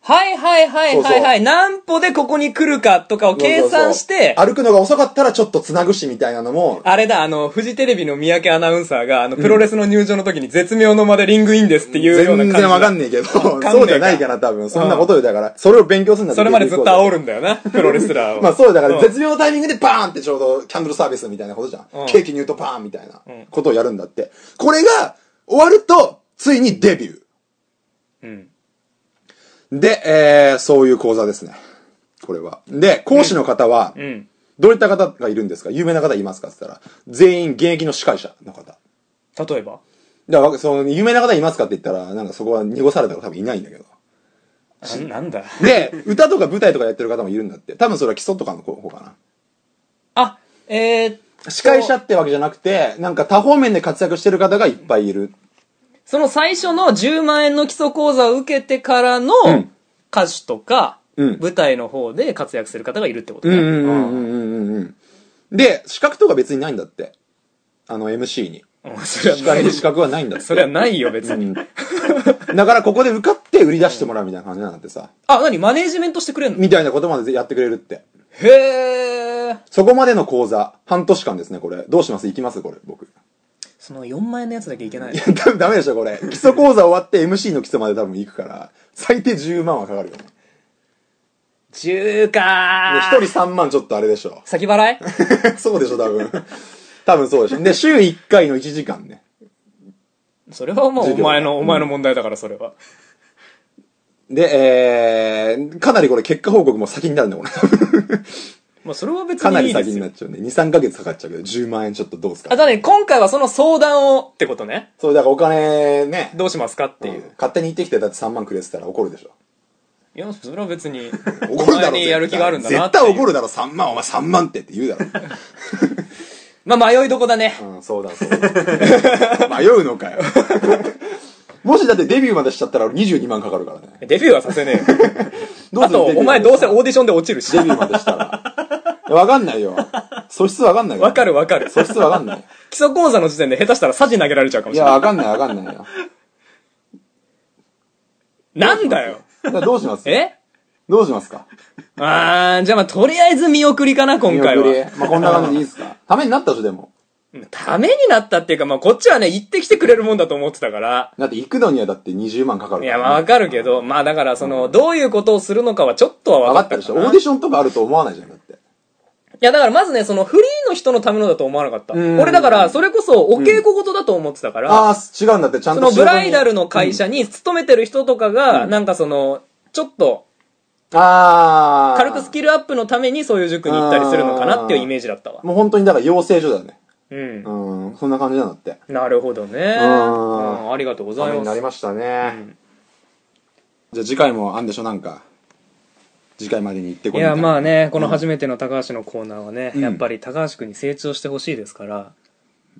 A: はいはいはいはい
B: そ
A: は
B: う
A: い。何歩でここに来るかとかを計算して、
B: 歩くのが遅かったらちょっと繋ぐしみたいなのも、
A: あれだ、あの、フジテレビの三宅アナウンサーが、あの、プロレスの入場の時に絶妙の間でリングインですっていうような感
B: 全
A: じ。
B: 然わかんねえけど、
A: か
B: そうじゃないから多分、そんなことよだから、それを勉強するんだ
A: それまでずっと
B: る
A: 煽るんだよな、プロレスラーを。
B: まあそうだか
A: う
B: ら
A: ん
B: 絶妙なタイミングでバーンってちょうどキャンドルサービスみたいなことじゃん。
A: うん
B: ケーキに言うとバーンみたいなことをやるんだって。これが終わると、ついにデビュ
A: うん。
B: ー。で、えー、そういう講座ですね。これは。で、講師の方は、
A: うん。
B: どういった方がいるんですか有名な方いますかって言ったら、全員現役の司会者の方。
A: 例えば
B: だから、その、有名な方いますかって言ったら、なんかそこは濁されたら多分いないんだけど。
A: あなんだ。
B: で、歌とか舞台とかやってる方もいるんだって。多分それは基礎とかの方かな。
A: あ、えーっと
B: 司会者ってわけじゃなくて、なんか多方面で活躍してる方がいっぱいいる。
A: その最初の10万円の基礎講座を受けてからの
B: ん
A: 歌手とか、
B: うん
A: 舞台の方で活躍する方がいるってこと
B: う
A: ね。
B: んうんうんうんうんうん。で、資格とか別にないんだって。あの MC に。
A: うん *laughs* それ
B: 司
A: はな
B: 会
A: い
B: に。資格はないんだって。
A: それはないよ、別に。
B: うんだからここで受かって売り出してもらうみたいな感じなんだってさ。
A: あ、なにマネージメントしてくれんの
B: みたいなことまでやってくれるって。
A: へー。
B: そこまでの講座、半年間ですね、これ。どうします行きますこれ、僕。
A: その4万円のやつだけいけない
B: い。や、多分ダメでしょ、これ。基礎講座終わって MC の基礎まで多分行くから、最低10万はかかるよね。
A: 10
B: で
A: か。
B: 一人3万ちょっとあれでしょ *laughs*
A: 先払い
B: そうでしょ、多分。多分そうでしょ。で、週1回の1時間ね。
A: それはもうお
B: 授業
A: 前の、お前の問題だから、それは。
B: で、えー、かなりこれ結果報告も先になるん
A: *laughs*
B: だ、これ。
A: まあ、それは別
B: かな
A: にい
B: り
A: いで
B: 先
A: す
B: にな
A: よ
B: っ。ちゃうね。2、3ヶ月かかっちゃうけど、10万円ちょっとどうす
A: あ、
B: か。
A: だね、今回はその相談をってことね。
B: そう、だからお金ね、
A: どうしますかっていう。
B: 勝手に行ってきて、だって3万くれてたら怒るでしょ。
A: いやそれは別に
B: 怒るだ
A: お
B: ろ
A: 前にやる気があるんだな
B: 絶
A: っていう
B: 対怒るだろ3万お前3万ってって言うだろ
A: まあ迷いどこだね
B: うんそうだ
A: *laughs*
B: そうだ迷うのかよもしだってデビューまでしちゃったら俺22万かかるからね
A: デビューはさせねえ
B: ど
A: よあ
B: うする
A: と
B: デビューまで
A: お前どうせオーディションで落ちるし
B: デビューまでしたらわかんないよ素質わかんないよ
A: わかるわかる
B: 素質わかんない
A: 基礎講座の時点で下手したらサジ投げられちゃうかも
B: い
A: し
B: や
A: れない
B: わかんないわかんないよ
A: なんだよ
B: だからどうします
A: え
B: どうしますか
A: あー、じゃあまあとりあえず見送りかな、今回
B: 見
A: は
B: 送。りまあこんな感じでいいですかためになったでしょでも
A: ためになったっていうか、まあこっちはね、行ってきてくれるもんだと思ってたから。
B: だって行くのにはだって20万かか
A: *laughs*
B: る
A: い
B: か
A: や、
B: らね
A: まあわかるけど、まあだからその、どういうことをするのかはちょっとは
B: 分
A: 分
B: か
A: か
B: っ
A: ったた
B: でし
A: か
B: ょオ
A: な
B: ーディションとかあると思わないじゃんだって
A: いや、だからまずね、そのフリーの人のためのだと思わなかった。
B: うん
A: 俺だから、それこそお稽古事だと思ってたから、
B: ああー違うんだってちゃん
A: そ
B: と
A: の
B: 仕
A: ブ
B: 事に
A: ライダルの会社に勤めてる人とかが、なんかその、ちょっと、
B: ああ
A: 軽くスキルアップのためにそういう塾に行ったりするのかなっていうイメージだったわ。
B: もう本当にだから養成所だよね
A: うん。
B: うんそんな感じなんだって
A: なるほどね。
B: う
A: うんんありがとうござ
B: ため
A: い
B: にな
A: ま
B: り
A: す。
B: ましたね、じゃあ次回もあんでしょなんか次回までに行ってこ
A: い
B: いみ
A: や
B: た
A: まあねこの
B: うん
A: 初めての高橋のコーナーはね、
B: うん
A: やっぱり高橋君に成長してほしいですから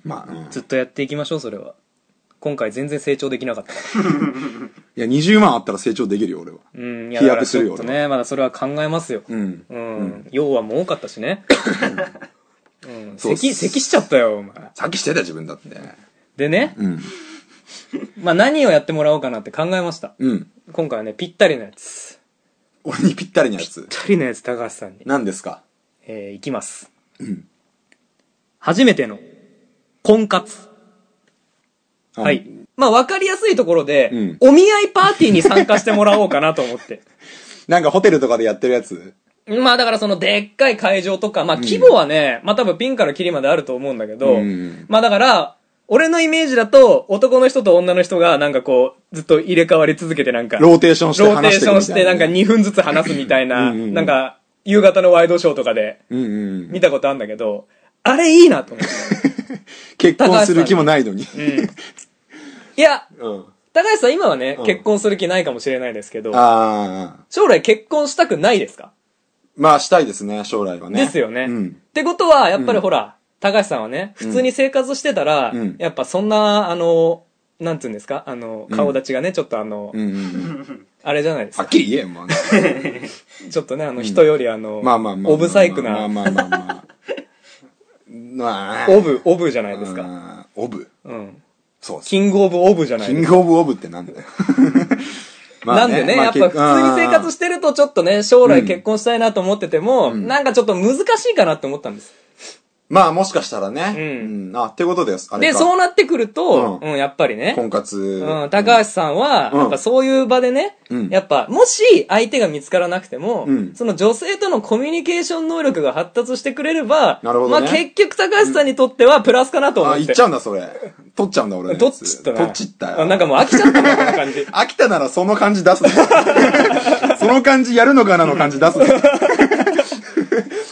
B: まあ、うんい
A: ずっとやっていきましょうそれは今回全然成長できなかった
B: や20万あったら成長できるよ俺は
A: うんいや
B: 飛躍
A: だから
B: す
A: ち
B: る
A: ょ
B: よ
A: っとねまだそれは考えますよ
B: うん
A: うん、要はもう多かったしねうん
B: そうっす
A: 咳咳しちゃったよお前
B: さっきしてたよ自分だって
A: でね、
B: うん
A: まあ、何をやってもらおうかなって考えました
B: うん
A: 今回はねぴったりのやつ
B: 俺にぴったりのや
A: ぴ
B: つ
A: ったりのやつ高橋さんに、
B: 何ですか
A: えー、いきます、初めての婚活
B: あ
A: はい。まあ、わかりやすいところで、
B: うん
A: お見合いパーティーに参加してもらおうかなと思って。
B: なんかホテルとかでやってるやつ
A: まあ、だからその、でっかい会場とか、まあ、規模はね、まあ、多分ピンからキリまであると思うんだけど、
B: うん
A: まあ、だから、俺のイメージだと、男の人と女の人が、なんかこう、ずっと入れ替わり続けて、なんか、
B: ローテーションして
A: ローテー
B: 話して
A: シ
B: く
A: ョ
B: み
A: ンして、
B: た
A: ないんか
B: ね
A: 2分ずつ話すみたいな、
B: うんうん
A: なんか、夕方のワイドショーとかで、
B: うんうん
A: 見たことあるんだけど、あれいいなと思って。
B: 結婚する気もないのに
A: うん。いや、
B: うん
A: 高橋さん今はね、
B: うん
A: 結婚する気ないかもしれないですけど、
B: ああ
A: 将来結婚したくないですか、
B: まあしたいですね将来はね
A: ですよね、
B: う
A: っ
B: ん
A: てことは、やっぱ
B: う
A: り
B: ん
A: ほら、高橋さんはね、普通に生活してたら、
B: うん
A: やっぱそんな、あの、なんつうんですかあの、顔立ちがね、ちょっとあの、
B: うんうん
A: あれじゃないです
B: は
A: か
B: っ。きり言え
A: *laughs*
B: よもう
A: ちょっとね、あの、人よりあの、
B: まあまあまあまあ
A: オブサイク
B: ま
A: な、
B: あまあまあまあまあ
A: オブ、オブじゃないですか。
B: かオブ
A: うん。
B: そう
A: キングオブオブじゃない
B: キ
A: で
B: ン
A: すか。
B: グオブオブってな
A: *laughs*
B: んだよまあ
A: なんでね、
B: まあ
A: やっぱ普通に生活してるとちょっとね、将来結婚したいなと思ってても、
B: ん
A: なんかちょっと難しいかなって思ったんです。
B: まあもしかしたらね。
A: う
B: うん。あ、ってことです。あれ
A: で、
B: か
A: そうなってくると、
B: う
A: うん、やっぱりね、
B: 婚活。
A: うん、高橋さんは、
B: うん
A: やっぱそういう場でね、
B: うん
A: やっぱ、もし相手が見つからなくても、
B: うん
A: その女性とのコミュニケーション能力が発達してくれれば、
B: なるほどね
A: まあ結局高橋さんにとってはプラスかなと思っ
B: あ、
A: て。
B: 行っちゃうんだ、それ。取っちゃうんだ、俺のやつ。
A: どっちったな。
B: 取っちった
A: あ
B: よ。。
A: なんかもう飽きちゃったな、この感じ
B: *laughs* 飽きたならその感じ
A: *laughs*
B: 出すねその感じやるのかなの感じ出すね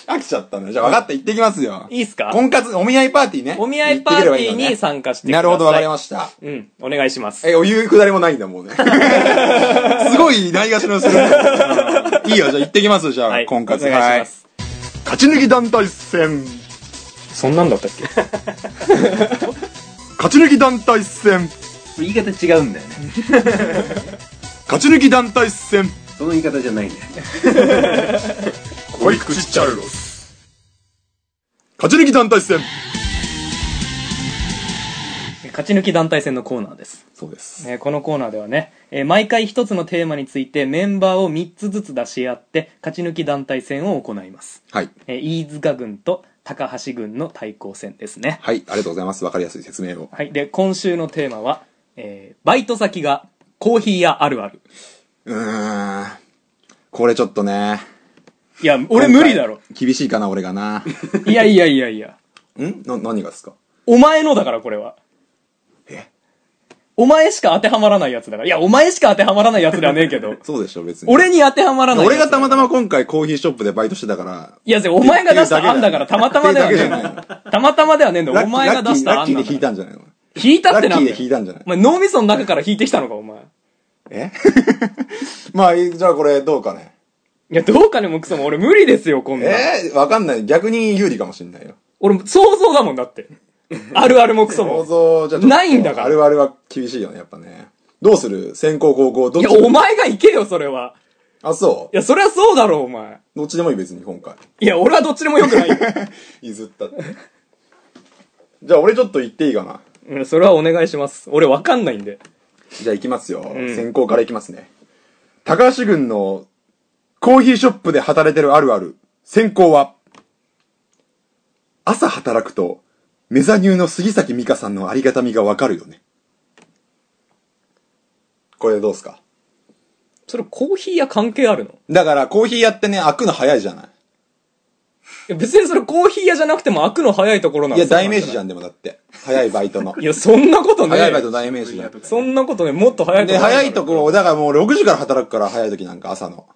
B: 飽きちゃったね。じゃあ分かった、行ってきますよ。
A: いいっすか
B: 婚活、お見合いパーティーね。
A: お見合いパーティー
B: 行ってければいい
A: に
B: のね
A: 参加してください。
B: なるほど、分かりま
A: し
B: した。
A: た。うん、お願いします。
B: え、お湯くだりもないん
A: *laughs*
B: だ、もうね。すごい、ないがしろにするね。いいよ、じゃあ行ってきます、じゃあ、
A: はい、
B: 婚活。
A: お願いします。
B: はい勝ち抜き団体戦。
A: そんなんだったっけ
B: 勝ち抜き団体戦。
C: 言い方違うんだよね
B: 勝ち抜き団体戦。
C: その言い方じゃないんだよね
B: コイクチチャルロス。勝ち抜き団体戦。
A: 勝ち抜き団体戦のコーナーです。
B: そうです。
A: えーこのコーナーではね、えー毎回一つのテーマについてメンバーを3つずつ出し合って勝ち抜き団体戦を行います、
B: はい。
A: えー飯塚軍と高橋軍の対抗戦ですね
B: はい、ありがとうございます。わかりやすい説明を。
A: はいで今週のテーマは、えーバイト先がコーヒー屋あるある
B: うーん。これちょっとね。
A: いや俺無理だろ
B: 今回。厳しいかな、俺
A: *laughs*
B: がな。
A: いやいやいやいや
B: んな、何がですか
A: お前のだからこれは
B: え
A: お前しか当てはまらないやつだからいやお前しか当てはまらないやつではねえけど
B: そうでしょ、別に。
A: 俺に当てはまらないやつ
B: 俺がたまたま今回コーヒーショップでバイトしてたから。
A: いや、お前が出した案だから、たまたまではねえん
B: っていうだ
A: だよ。たまたまではねえんだよ。
B: ラッ
A: お
B: キー
A: 前が出した
B: ラッキ
A: 案
B: ー
A: だ
B: ラッキー
A: か
B: で引い
A: ら。
B: たんじゃないの
A: 引いたってなんだ
B: ラッキーで引いたんじゃ
A: よ
B: な
A: お
B: い。
A: 前、脳みその中から引いてきたのか、お前。
B: え *laughs* まあ、いいじゃあこれどうかね。
A: いや、どうかねもクソも俺無理ですよ、こんなん。
B: えー、わかんない。逆に有利かもしんないよ。
A: 俺、想像だもんだ
B: *laughs*
A: って。あるあるもクソ
B: 想
A: も。
B: 像じゃちょっと
A: ないんだから
B: あるあるは厳しいよね、やっぱね。どうする先行後攻、どっ
A: い
B: ち
A: や、お前が行けよ、それは。
B: あ、そ
A: いや、それはそうだろ、お前。
B: う。どっちでもいい別に今回。 *laughs*
A: いや、俺はどっちでもよくないよ。
B: 譲ったって。じゃあ俺ちょっと言っていいかな。
A: うん、それはお願いします。俺わかんないんで。
B: じゃあ行きますよ。
A: ん
B: 先行から行きますね。高橋軍のコーヒーショップで働いてるあるある。先行は、朝働くと、メザニューの杉崎美香さんのありがたみがわかるよね。これどうすか
A: それコーヒー屋関係あるのい
B: だからコーヒーやってね、開くの早いじゃない。
A: や、別にそれコーヒー屋じゃなくても開くの早いところなんで
B: いや、
A: すよ
B: 代名詞じゃん、でもだって。早いバイトの
A: *laughs* い。や、そんなことね
B: 早いバイトの代名詞じゃん。
A: そんなことね、もっと早いと
B: で、
A: こ
B: 早いところ、だからもう6時から働くから早い時なんか朝の。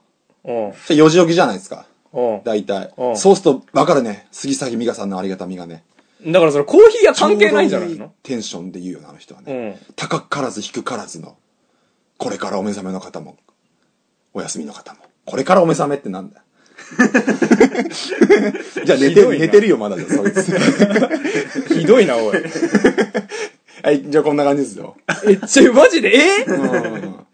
A: ろ。
B: それ4時起きじゃないですか。
A: うん。う
B: 大体
A: う。ん
B: そうすると、わかるね。杉崎美香さんのありがたみがね。
A: ん。だからそれコーヒー屋関係ないんじゃない
B: ちょうど
A: の
B: テンションで言うよな、あの人は
A: う
B: ね。
A: ん。
B: 高からず低からずの。これからお目覚めの方も、お休みの方も。これからお目覚めってな
A: *laughs*
B: んだじゃあ寝
A: ひ
B: て
A: どいな
B: る、寝てるよ、まだじゃあそいつ。 *laughs*
A: ひどいな、おい。
B: はい、じゃあこんな感じですよ。
A: え、ちょ、マジで、え
B: うんうんうん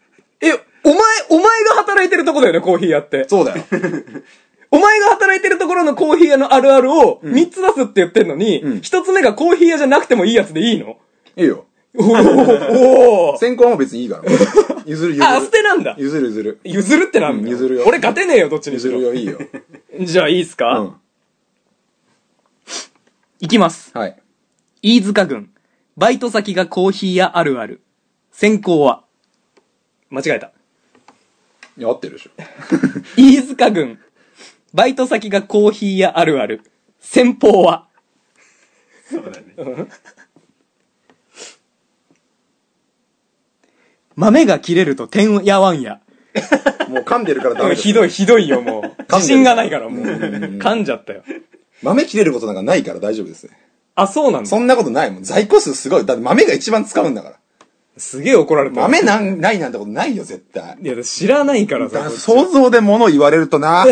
A: え、お前、お前が働いてるとこだよね、コーヒー屋って。
B: *laughs* そうだよ。
A: お前が働いてるところのコーヒー屋のあるあるを3つ出すって言ってんのに、
B: うん
A: 1つ目がコーヒー屋じゃなくてもいいやつでいいの
B: いいよ。
A: おーおー
B: 先行はもう別にいいから。譲る、譲る。
A: あ、捨てなんだ。
B: 譲る、譲る。
A: 譲るってなんだ、
B: うん譲るよ
A: 俺勝てねえよ、どっちにし
B: 譲
A: ろ
B: る。よ、いいよ。
A: じゃあいいっす
B: う
A: か、
B: ん。
A: いきます。
B: はい。
A: 飯塚軍。バイト先がコーヒー屋あるある。先行は間違えた。
B: いや、合ってるでしょ。
A: 飯塚軍。バイト先がコーヒー屋あるある。先方は
C: そうだね。
A: 豆が切れると天やわんや。
B: もう噛んでるからダメだよ
A: ひどい、ひどいよ、もう。
B: る
A: 自信がないから、もう。
B: うんうんうん
A: 噛んじゃったよ。
B: 豆切れることなんかないから大丈夫ですね。
A: あ、そうなんだ
B: そ。んなことないもん。在庫数すごい。だって豆が一番使うんだから。
A: すげえ怒られた。
B: 豆なん、ないなんてことないよ、絶対。
A: いや、知らないから
B: だか
A: さ
B: ら。想像で物言われるとな。こ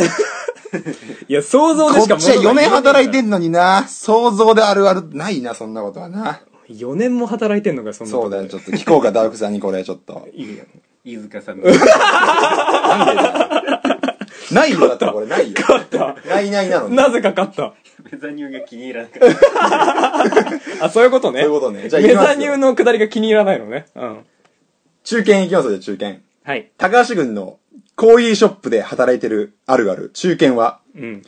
A: いや、想像でしか
B: っちは4年働いて
A: ん
B: んのにな。想像であるある、ないな、そんなことはな。
A: 4年も働いてんのかよ、そんな
B: そうだよ、
A: よ、
B: ちょっと聞こうか、ダークさんにこれ、ちょっと。
A: いいよ。
C: 飯塚さん *laughs* の。
B: ないよ、だってこれ、ない *laughs* よ。ないないなのに。
A: なぜか勝った。
C: メザニューが気に入らなかった。
A: *laughs* あ、そういうことね。
B: そういうことねじゃあ行
A: メ
B: きます
A: ザ
B: よ
A: ニューの下りが気に入らないのね。うん。
B: 中堅いきますよ、じゃあ中堅。
A: はい。
B: 高橋軍のコーヒーショップで働いてるあるある、中堅は、
A: うん。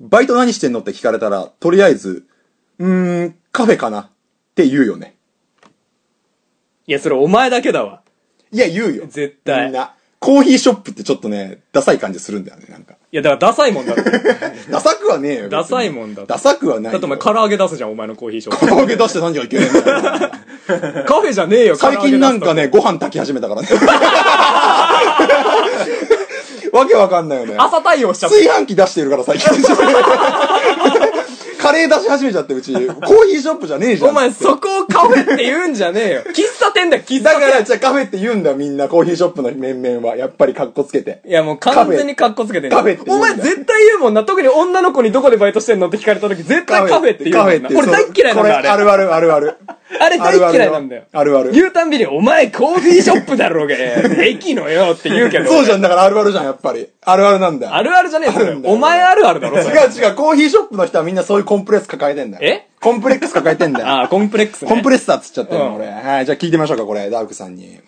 B: バイト何してんのって聞かれたら、とりあえず、うーん、カフェかなって言うよね。
A: いや、それお前だけだわ。
B: いや、言うよ。
A: 絶対
B: みんな。コーヒーショップってちょっとね、ダサい感じするんだよね、なんか。
A: いや、だからダサいもんだって。
B: *laughs*
A: だ
B: ダサくはねえよ。別に
A: ダサいもんだって
B: ダサくはないよ。
A: ってお前唐揚げ出すじゃん、お前のコーヒーショッ
B: 唐揚げ出して何がい
A: *laughs*
B: けないんだよ *laughs*
A: プ。カフェじゃねえよ、
B: 最近なんか
A: ね。
B: ね、ご飯炊き始め
A: *laughs*
B: たからね。わけわかんないよね。
A: 朝対応しちゃった。
B: 炊飯器出してるから最近。 *laughs* カレー出し始めちゃって、うち。コーヒーショップじゃねえじゃん。
A: お前そこをカフェって言うんじゃねえよ。喫茶店だよ、喫茶
B: だか
A: 店。
B: ら、じゃあカフェって言うんだよみんな、コーヒーショップの面々は。やっぱり格好つけて。
A: いやもう完全に格好つけてんじゃん
B: カフェって言う
A: お
B: んだ
A: 前絶対言うもんな。特に女の子にどこでバイトしてんのって聞かれた時、絶対カフェって言うもんな。俺大っ嫌いなんだよ、あれ。
B: あるあるあるある。
A: あれ大嫌いなんだよ。
B: あるある
A: 言うたんびに、お前コーヒーショップだ
B: *laughs*
A: ろうが、駅のよって言うけど。
B: そうじゃん、だからあるあるじゃん、やっぱり。あるあるなんだよ。
A: あるあるじゃねえそ
B: あ
A: れ
B: るんだよ
A: お前あるあるだろ、それ。
B: 違う違う、コーヒーショップの人はみんなそういうコンプレックス抱えてんだよ。
A: え
B: コンプレックス抱えてんだよ。
A: ああ、コンプレックスね。
B: コンプレッサーっつっちゃった
A: う
B: よ、
A: ん
B: 俺。はい、じゃあ聞いてみましょうか、これ、ダークさんに。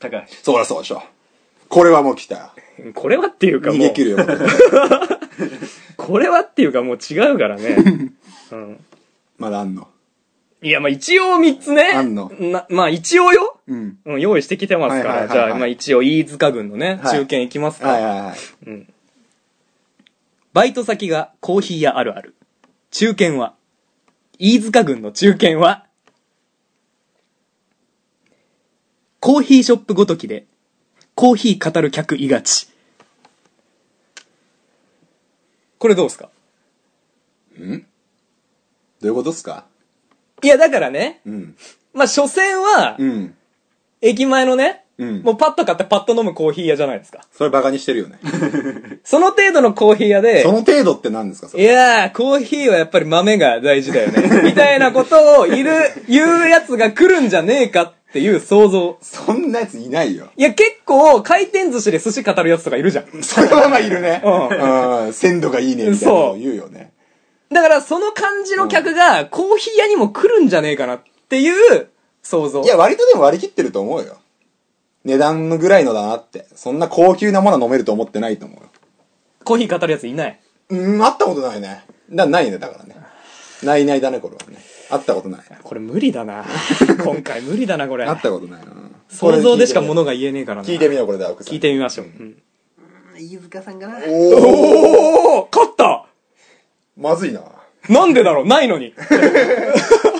C: 高橋。
B: そうだそうでしょ。これはもう来たよ。
A: これはっていうか
B: 逃
A: も
B: げ
A: う、
B: 切るよ。これ
A: これはっていうかもう違うから
B: *laughs*
A: ね。うん。
B: まだあんの。
A: いや、まあ一応三つね。
B: あんの
A: な、まあ一応よ。
B: うん。
A: うん、用意してきてますか
B: はい
A: ら。
B: はい
A: じ
B: はいはい
A: ゃあ、まあ一応、飯塚軍のね、
B: はい
A: 中堅いきますか。
B: はいはいはい。
A: バイト先がコーヒー屋あるある。中堅は飯塚軍の中堅はコーヒーショップごときで、コーヒー語る客いがち。これどうですか
B: どういうことっすか
A: いや、だからね、
B: うん。
A: まあ、所詮は
B: う、ん。
A: 駅前のね、
B: うん。
A: もうパッと買ってパッと飲むコーヒー屋じゃないですか。
B: それバカにしてるよね。
A: その程度のコーヒー屋で
B: そ、の程度って何ですかそ
A: い
B: れ
A: やー、コーヒーはやっぱり豆が大事だよ *laughs* ね。みたいなことをいる、言うやつが来るんじゃねえかっていう想像。
B: そんなやついないよ。
A: いや、結構、回転寿司で寿司語るやつとかいるじゃん。
B: それはまあいるね。
A: *laughs* う
B: うん。鮮度がいいね、みたいなのを言うよね。
A: だから、その感じの客が、コーヒー屋にも来るんじゃねえかなっていう想像。
B: いや、割とでも割り切ってると思うよ。値段のぐらいのだなって。そんな高級なものは飲めると思ってないと思うよ。
A: コーヒー語るやついない。
B: うん、会ったことないね。な、ないね、だからね。ないないだね、これはね。会ったことない。
A: これ無理だ *laughs* な。今回無理だな、これ
B: 会。ったことないな。
A: 想像でしか
B: これ
A: 物が言えねえからな。
B: 聞いてみよう、これだ、奥さん。
A: 聞いてみましょう。うん
C: 飯塚さんかな
B: おお
A: おー勝った
B: まずいな。
A: なんでだろうない *laughs* のに。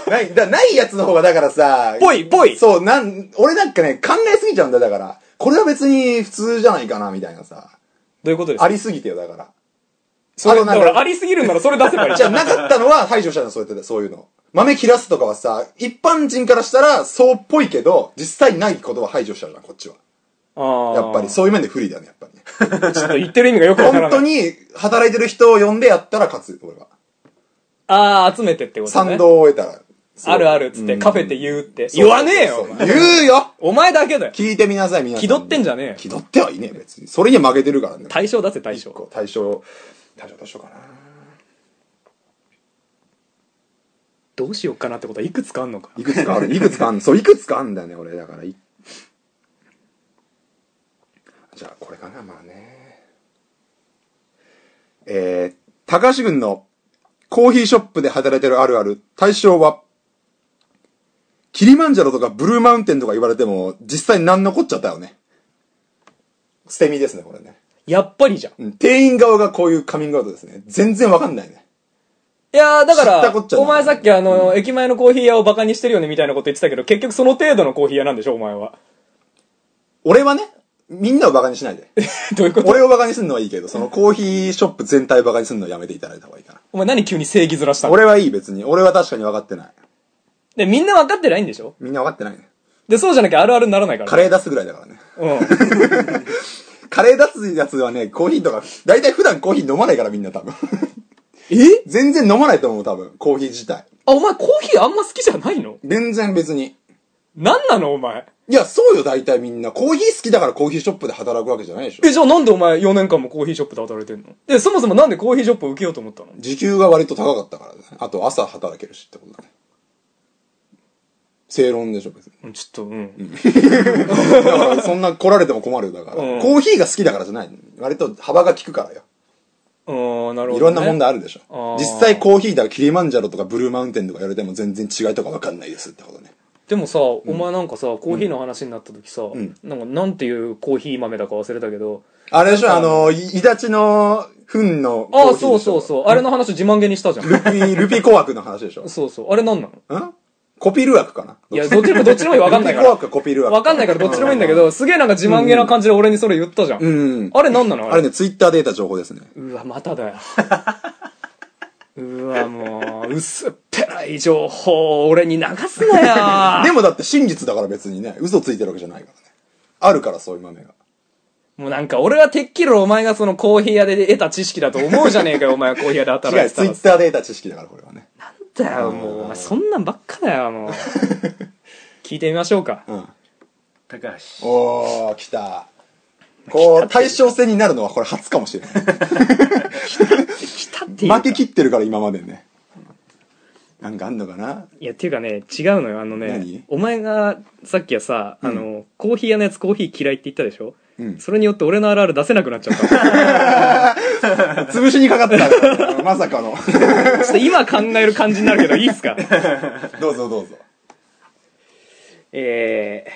B: ない、だ、ないやつの方がだからさ、
A: ぽいぽい
B: そう、なん、俺なんかね、考えすぎちゃうんだよ、だから。これは別に普通じゃないかな、みたいなさ。
A: どういうことです
B: あ
A: か
B: りすぎてよ、だから。
A: それ
B: あの
A: だ
B: なん
A: か
B: から
A: ありすぎるんならそれ出せばいい
B: じゃあなかったのは排除したの、そうやって、そういうの。豆切らすとかはさ、一般人からしたらそうっぽいけど、実際ないことは排除したじゃん、こっちは。やっぱり、
A: そ
B: そういう面で不利だね、やっぱりね。
A: う。ちょっと言ってる意味がよくわから
B: 本
A: な
B: 当
A: い。
B: に、働いてる人を呼んでやったら勝つ、俺は。
A: あー、集めてってことね。
B: 賛同を得たら。
A: あるあるっつって、
B: うん
A: カフェって言うって。言わねえよ
B: そう
A: お
B: そう
A: 前
B: そう言うよ
A: お前だけだよ
B: 聞いてみなさい、皆さん。
A: 気取ってんじゃねえよ
B: 気取ってはいねえよ、別に。それには負けてるからね。
A: 対象出せ対象。
B: こう対象、対象どうしようかな。
A: どうしようかなってことはいくつかあんのか。
B: いく
A: *laughs*
B: つかある、いくつかあん、そう、いくつかあんだよね、俺。だから、いじゃあ、これかな、まあね。えー、高橋軍のコーヒーショップで働いてるあるある、対象は、キリマンジャロとかブルーマウンテンとか言われても、実際何残っちゃったよね。捨て身ですね、これね。
A: やっぱりじゃん。
B: うん、店員側がこういうカミングアウトですね。全然わかんないね。
A: いやー、だか
B: 知ったこっちゃ
A: ら、
B: ない
A: お前さっきあの、駅前のコーヒー屋をバカにしてるよねみたいなこと言ってたけど、結局その程度のコーヒー屋なんでしょ、お前は。 *laughs*
B: 俺はね、みんなをバカにし *laughs* ないで。
A: どういうこと
B: 俺をバカにするのはいいけど、そのコーヒーショップ全体をバカにするのはやめていただいた方がいいかな。
A: お前何急に正義ずらしたの
B: 俺はいい別に。俺は確かに分かってない。
A: で、みんな分かってないんでしょ
B: みんな分かってないね。
A: で、そうじゃなきゃあるあるにならないから
B: カ
A: ね。
B: レー出すぐらいだからね。
A: うん。
B: カレー出すやつはね、コーヒーとか、だいたい普段コーヒー飲まないからみんな多分。 *laughs*
A: え
B: 全然飲まないと思う多分、コーヒー自体。
A: あ、お前コーヒーあんま好きじゃないの
B: 全然別に。
A: なんなのお前。
B: いや、そうよ大体みんな。コーヒー好きだからコーヒーショップで働くわけじゃないでしょ。
A: え、じゃあなんでお前4年間もコーヒーショップで働いてんので、そもそもなんでコーヒーショップを受けようと思ったの
B: 時給が割と高かったからね。あと朝働けるしってことだね。正論でし
A: *laughs*
B: ょ別に。
A: うんちょっと、うん。
B: だからそんな来られても困るよだから、
A: うん
B: コーヒーが好きだからじゃない。割と幅が利くからよ。
A: あー、なるほど、ね。
B: いろんな
A: 題。
B: 問題あるでし
A: あ
B: ょ
A: ー。
B: 実際コーヒーだ、キリマンジャロとかブルーマウンテンとか言われても全然違いとかわかんないですってことね。
A: でもさ、お前なんかさ、コーヒーの話になった時さ、
B: ん
A: なんかなんていうコーヒー豆だか忘れたけど、
B: あれでしょ、あの、いいだちの糞のコ
A: あ
B: ーヒー
A: あ、
B: でしょ。
A: そうそうそう。あれの話自慢げにしたじゃん。
B: ルピー、ルピーコアクの話でしょ。
A: そうそう。あれなんなの
B: んコピルアクかない
A: や、どっちでも、どっちでもいいわかんないか
B: ルピーコ
A: ら。
B: アクかコピルアク。
A: わかんないからどっちでもいいんだけど、すげえなんか自慢げな感じで俺にそれ言ったじゃん。
B: うん。
A: あれなんなの
B: あれね、ツイッターで得た情報ですね。
A: うわ、まただよ。うわ、もう、薄っぺらい情報を俺に流す
B: *laughs*
A: な
B: で
A: よ。
B: もだって真実だから別にね、嘘ついてるわけじゃないからね。あるからそういう豆が。
A: もうなんか俺はてっきりお前がそのコーヒー屋で得た知識だと思うじゃねえかよ、お前はコーヒー屋で働
B: 違、
A: いうてた *laughs*
B: ツイ
A: ら
B: ッ。ターで得た知識だからこれはね。
A: だよ、もう、お前そんなんばっかだよ、 *laughs* もう。聞いてみましょうか。
B: うん。
C: 高橋
B: おー、来た。こう、対称戦になるのはこれ初かもしれない。
A: 来たっていうか
B: 負け切ってるから今までねなんかあんのかない
A: や、っていうかね、違うのよ。あのね
B: 何、
A: お前がさっきはさ、あの、コーヒー屋のやつコーヒー嫌いって言ったでしょ
B: うん
A: それによって俺のあるある出せなくなっちゃった。
B: 潰しにかかったまさ
A: *laughs*
B: かの
A: ちょっと今考える感じになるけど、いいっすか
B: どうぞどうぞ
A: *laughs* え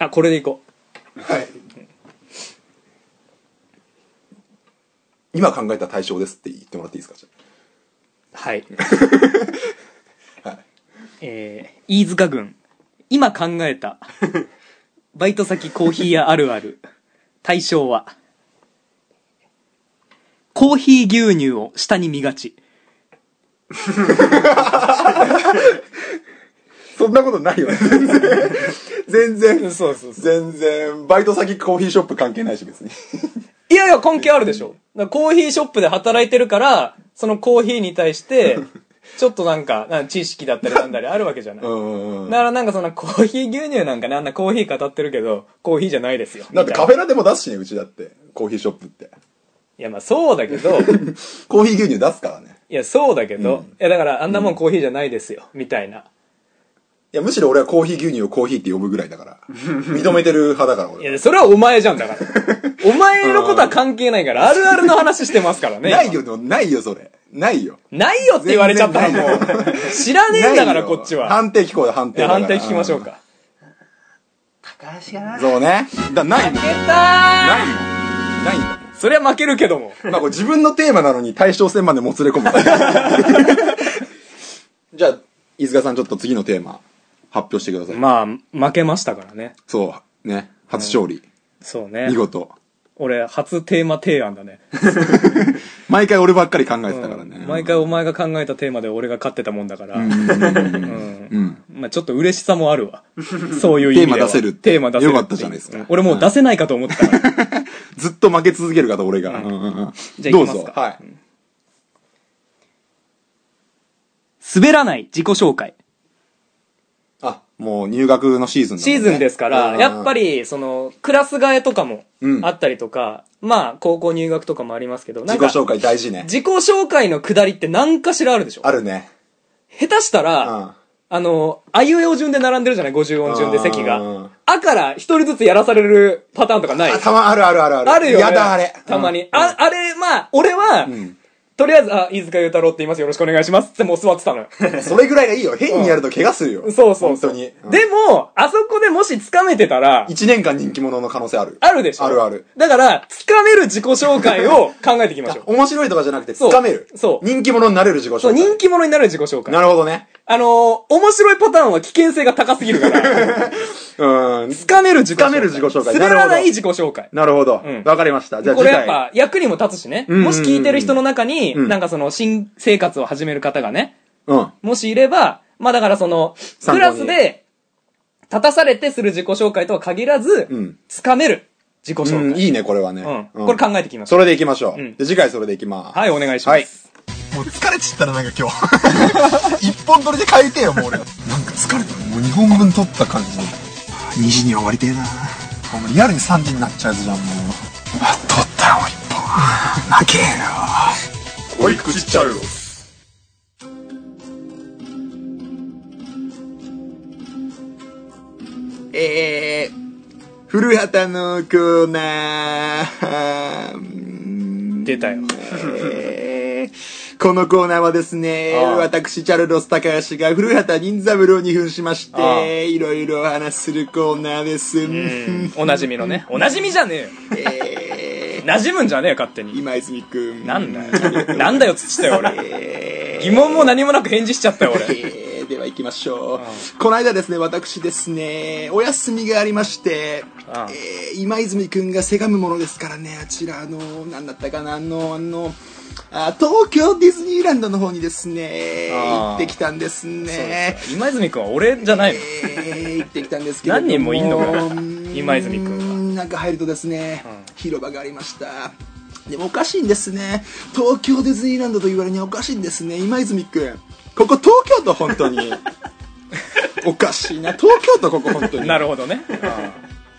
A: ー、あ、これでいこう。
B: はい今考えた対象ですって言ってもらっていいですかじ
A: はい。
B: はい
A: *laughs* えー、飯塚軍。今考えた。バイト先コーヒー屋あるある。対象は。コーヒー牛乳を下に見がち。
B: ゃあそんなことないよね全
A: *laughs*
B: 然、
A: そうそうそう
B: 全然、バイト先コーヒーショップ関係ないし別に。
A: いやいや、関係あるでしょ。だからコーヒーショップで働いてるから、そのコーヒーに対 *laughs* して、ちょっとなんか、なんか知識だったりなんだりあるわけじゃない。
B: う
A: だ
B: んうんうん。
A: からなんかそのコーヒー牛乳なんかね、あんなコーヒー語ってるけど、コーヒーじゃないですよ。
B: だってカ
A: みたいな
B: フェラテも出すしね、うちだって。コーヒーショップって。
A: いやまあそうだけど、い
B: コーヒー牛乳出すからね。
A: やそうだけど、いやだからあんなもんコーヒーじゃないですよ、みたいな。
B: いや、むしろ俺はコーヒー牛乳をコーヒーって呼ぶぐらいだ
A: *laughs*
B: から。認めてる派だから
A: い
B: 俺は。
A: や、それはお前じゃんだ *laughs* から。お前のことは関係ないから、あるあるの話してますからね。
B: ないよ、でもないよ、それ。ないよ。
A: 今。ないよって言われちゃったらも
B: 全然
A: う、知らねえんだからこっちは。
B: 判定聞こうよ、判
A: い
B: 定
A: や
B: だから。
A: 判定聞きましょうか。
C: 高橋かな
B: うん。そうね。だ、ない
A: 負け
B: もん。
A: た
B: ない
A: ー
B: もん。ないんだもん。
A: そりゃ負けるけども。
B: まあ、これ自分のテーマなのに対象戦までもつれ込む。 *laughs* じゃあ、飯塚さんちょっと次のテーマ、発表してください。
A: まあ、負けましたからね。
B: そう、ね。初勝利。
A: そうね
B: 見。事。
A: 俺、初テーマ提案だね。
B: 毎回俺ばっかり考えてたか
A: う
B: らね。
A: ん毎回お前が考えたテーマで俺が勝ってたもんだから。うん
B: うん。
A: まあちょっと嬉しさもあるわ。そういう意味では。
B: テーマ出せる
A: テーマ出せるていう。
B: よかったじゃないですか
A: 俺もう出せないかと思ってたから。
B: ずっと負け続けるかと俺が。うんうんうん
A: じゃあ
B: どう
A: 行
B: ぞ
A: きま。すか
B: はい。
A: *laughs* 滑らない自己紹介。
B: あ、もう入学のシーズンだもん
A: シ
B: ね
A: ーズンですから、やっぱ。り、その、クラス替えとかも
B: うん
A: あったりとか、まあ、高校入学とかもありますけど、
B: うんう
A: なんん
B: 自
A: か、
B: 己紹介大事ね。
A: 自己紹介のくだりって何かしらあるでしょ
B: あるね。
A: 下手した
B: う
A: ら、
B: ん。
A: あの、あいうえお順で並んでるじゃない ?50 音順で席
B: うん
A: が。あから一人ずつやらされるパターンとかない
B: あ、たま、あるあるあるある。
A: あるよね。
B: やだ、あれ。
A: たま
B: う
A: に
B: ん。
A: あ、あれ、まあ、俺は、とりあえず、あ、飯塚祐太郎って言います。よろしくお願いします。ってもう座ってた
B: *laughs*
A: のよ。
B: それぐらいがいいよ。変にやると怪我するよ。
A: そうそうそう。
B: 本当に。うん
A: でも、あそこでもし掴めてたら、
B: 一年間人気者の可能性ある。
A: あるでしょ
B: あるある。
A: だから、掴める自己紹介を考えていきましょ
B: *laughs*
A: う。
B: 面白いとかじゃなくて、
A: そう
B: 掴める。
A: そう
B: 人気者になれる自己紹
A: そう、
B: 介。
A: 人気者になる自己紹介。
B: なるほどね。
A: あのー、面白いパターンは危険性が高すぎる
B: *laughs*
A: から、
B: うん。
A: 掴める自己紹介。
B: 掴める自己紹介
A: 滑らない
B: なる
A: 自己紹介。
B: なるほど
A: ん。
B: わかりました。じゃあ
A: こ
B: 次
A: れやっ
B: 回。
A: ぱ役にも立つしね。
B: んうん
A: もし聞いてる人の中に、
B: うん
A: なんかその新生活を始める方がね、
B: うん。
A: もしいれば、まあだからその、
B: 参
A: ク
B: 考
A: ラ
B: に
A: スで立たされてする自己紹介とは限らず
B: うん、
A: 掴める自己
B: う
A: 紹
B: ん、
A: 介。
B: いいね、これはね。
A: う。
B: うんん
A: これ考えてきます。
B: それでいきましょう。
A: うん
B: で、次回それでいきます。
A: はい、お願いします。
D: もう疲れちったらなんか今日 *laughs* 一本取りで帰りてえよもう俺なんか疲れたもう2本分取った感じ2時に終わりてえなもうリアルに3時になっちゃうやつじゃんもううわ取ったよもう1本負けえよ
B: おいくちっちゃうよ。えー、古畑のコーナーうん。
A: 出たよ。
B: えーこのコーナーはですね、
A: ああ
B: 私、チャルロス高橋が古畑任三郎に扮しまし
A: ああ
B: て、いろいろお話しするコーナーです。
A: うん。おなじみのね。おなじみじゃねえよ。
B: えー
A: なじむんじゃねえよ、勝手に。
B: 今泉くん。
A: なんだよ。なんだよ、つってよ、俺。
B: えー
A: 疑問も何もなく返事しちゃったよ、俺。
B: えーでは行きましょう、この間ですね私ですねお休みがありまして、
A: ああ
B: えー今泉君がせがむものですからねあちらあの何だったかなあのあのあ東京ディズニーランドの方にですね
A: ああ
B: 行ってきたんですね
A: 今泉くんは俺じゃないの
B: えー行ってきたんですけれども
A: 何人もいんのかよ
B: うん
A: 今泉くんは。
B: なんか入るとですね、
A: う
B: 広場がありましたでもおかしいんですね東京ディズニーランドと言われにはおかしいんですね今泉君ここ東京都本
A: *laughs*
B: 当におかしいな東京都ここ本当に
A: なるほどね。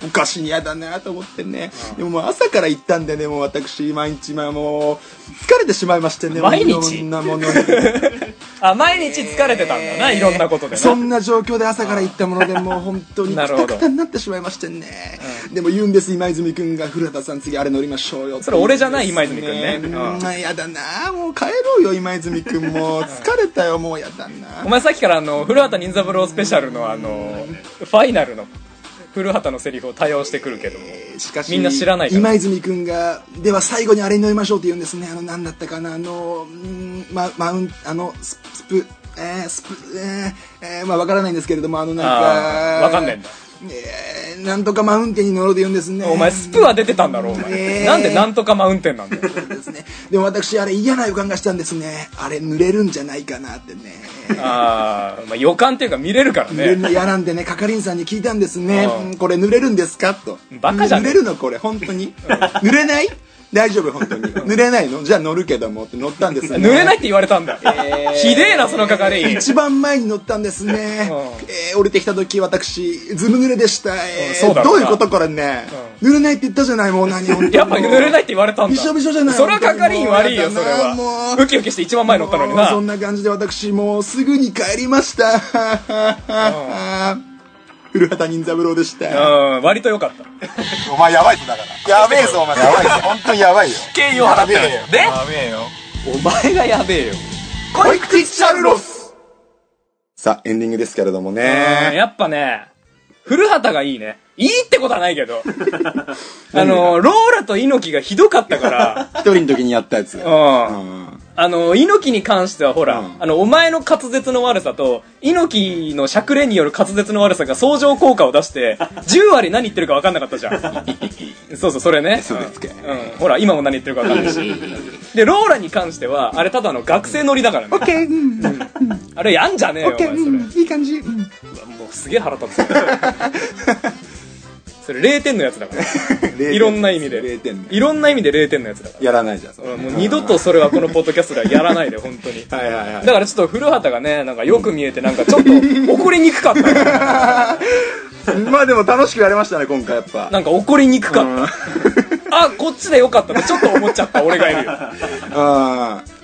B: おかしいやだなと思ってねでももう朝から行ったんでねもう私毎日まあもう疲れてしまいましてね
A: 毎日
B: もういろんなものに
A: あ、毎日疲れてたんだな、いろんなことでな。
B: そんな状況で朝から行ったものでもう本当に
A: な
B: く
A: るほど
B: たくたになってしまいましてね、でも言うんです今泉君が古畑さん次あれ乗りましょうよ
A: それ俺じゃない今泉くんね
B: ううんやだなもう帰ろうよ今泉君もう疲れたよもうやだ
A: お
B: な
A: 前さっきからあの、古畑任三郎スペシャルのあの、ファイナルの古畑のセリフを多用してくるけども。
B: しかし
A: みんな知らないから
B: 今泉君がでは最後にあれに乗りましょうって言うんですねあの何だったかなあのうんママウンあのススプえー、スプえーえーまあわからないんですけれどもあのなん
A: あ
B: か
A: ーわかんないんだ。
B: えー、なんとかマウンテンに乗ろうと言うんですね
A: お前、スプは出てたんだろ、お前。
B: えー
A: なんでなんとかマウンテンなんだよ。
B: ですねでも私あれ嫌な予感がしたんですねあれ濡れるんじゃないかなってね
A: あー、まあ、予感っていうか見れるから
D: 濡れる
A: ね
D: の嫌なんでね係員さんに聞いたんですね
A: うん
D: うんこれ濡れるんですかと
A: バカじゃ
D: 濡
A: ねえ
D: れるのこれ本当に濡れない大丈夫本当に濡れないのじゃあ乗るけどもって乗ったんですね
A: *laughs* 濡れないって言われたんだ、ひでえなその係員
D: 一番前に乗ったんですね、
A: うん
D: えー降りてきた時私ずぶ濡れでした、えー
A: うんそうだろ
D: どう
A: う
D: いう
A: な
D: ことこれね、濡れないって言ったじゃないもう何
A: *laughs*
D: 本当に
A: やっぱ濡れないって言われたんだ
D: びしょびしょじゃない
A: それは係員悪いよ
D: 本当
A: そ
D: に
A: れ
D: もうやだな
A: は
D: もう
A: ウキウキして一番前乗ったのにな
D: もうそんな感じで私もうすぐに帰りました *laughs* 古畑任三郎でした
A: うん割と良かった
B: お前やばいぞだからやべえぞお前やばいぞ本当にやばいよ
A: 敬意を払ってるで
B: べえよ
A: お前がやべえよ、
D: コイクチシャルロス
B: さあエンディングですけれども
A: うん
B: ね
A: やっぱね古畑がいいねいいってことはないけどあのローラと猪木がひどかった
B: *laughs*
A: から
B: 一人の時にやったやつ
A: うん
B: うん
A: あの、猪木に関してはほら、
B: うん
A: あの、お前の滑舌の悪さと、猪木のしゃくれによる滑舌の悪さが相乗効果を出して、10割何言ってるか分かんなかったじゃん。そうそう、それね。
B: そうですか
A: うん。うんほら、今も何言ってるか分かんないし。で、ローラに関しては、あれただの学生乗りだからね。
D: OK うん
A: あれやんじゃねえよ、お前
D: OK
A: それ。
D: うんいい感じうん
A: もうすげえ腹立つ。 *laughs* それ0点のやつだから。いろんな意味
B: 0
A: で。
B: 点ね
A: いろんな意味で0点のやつだから。
B: やらないじゃんそれ
A: うんもう二度とそれはこのポッドキャストではやらないで、本当に。
B: はいはいはい
A: だからちょっと古畑がねなんかよく見えてなんかちょっと怒りにくかった
B: まあでも楽しくやれましたね今回やっぱ
A: なんか怒りにくかったあこっちでよかったってちょっと思っちゃった俺がいるよ
B: うん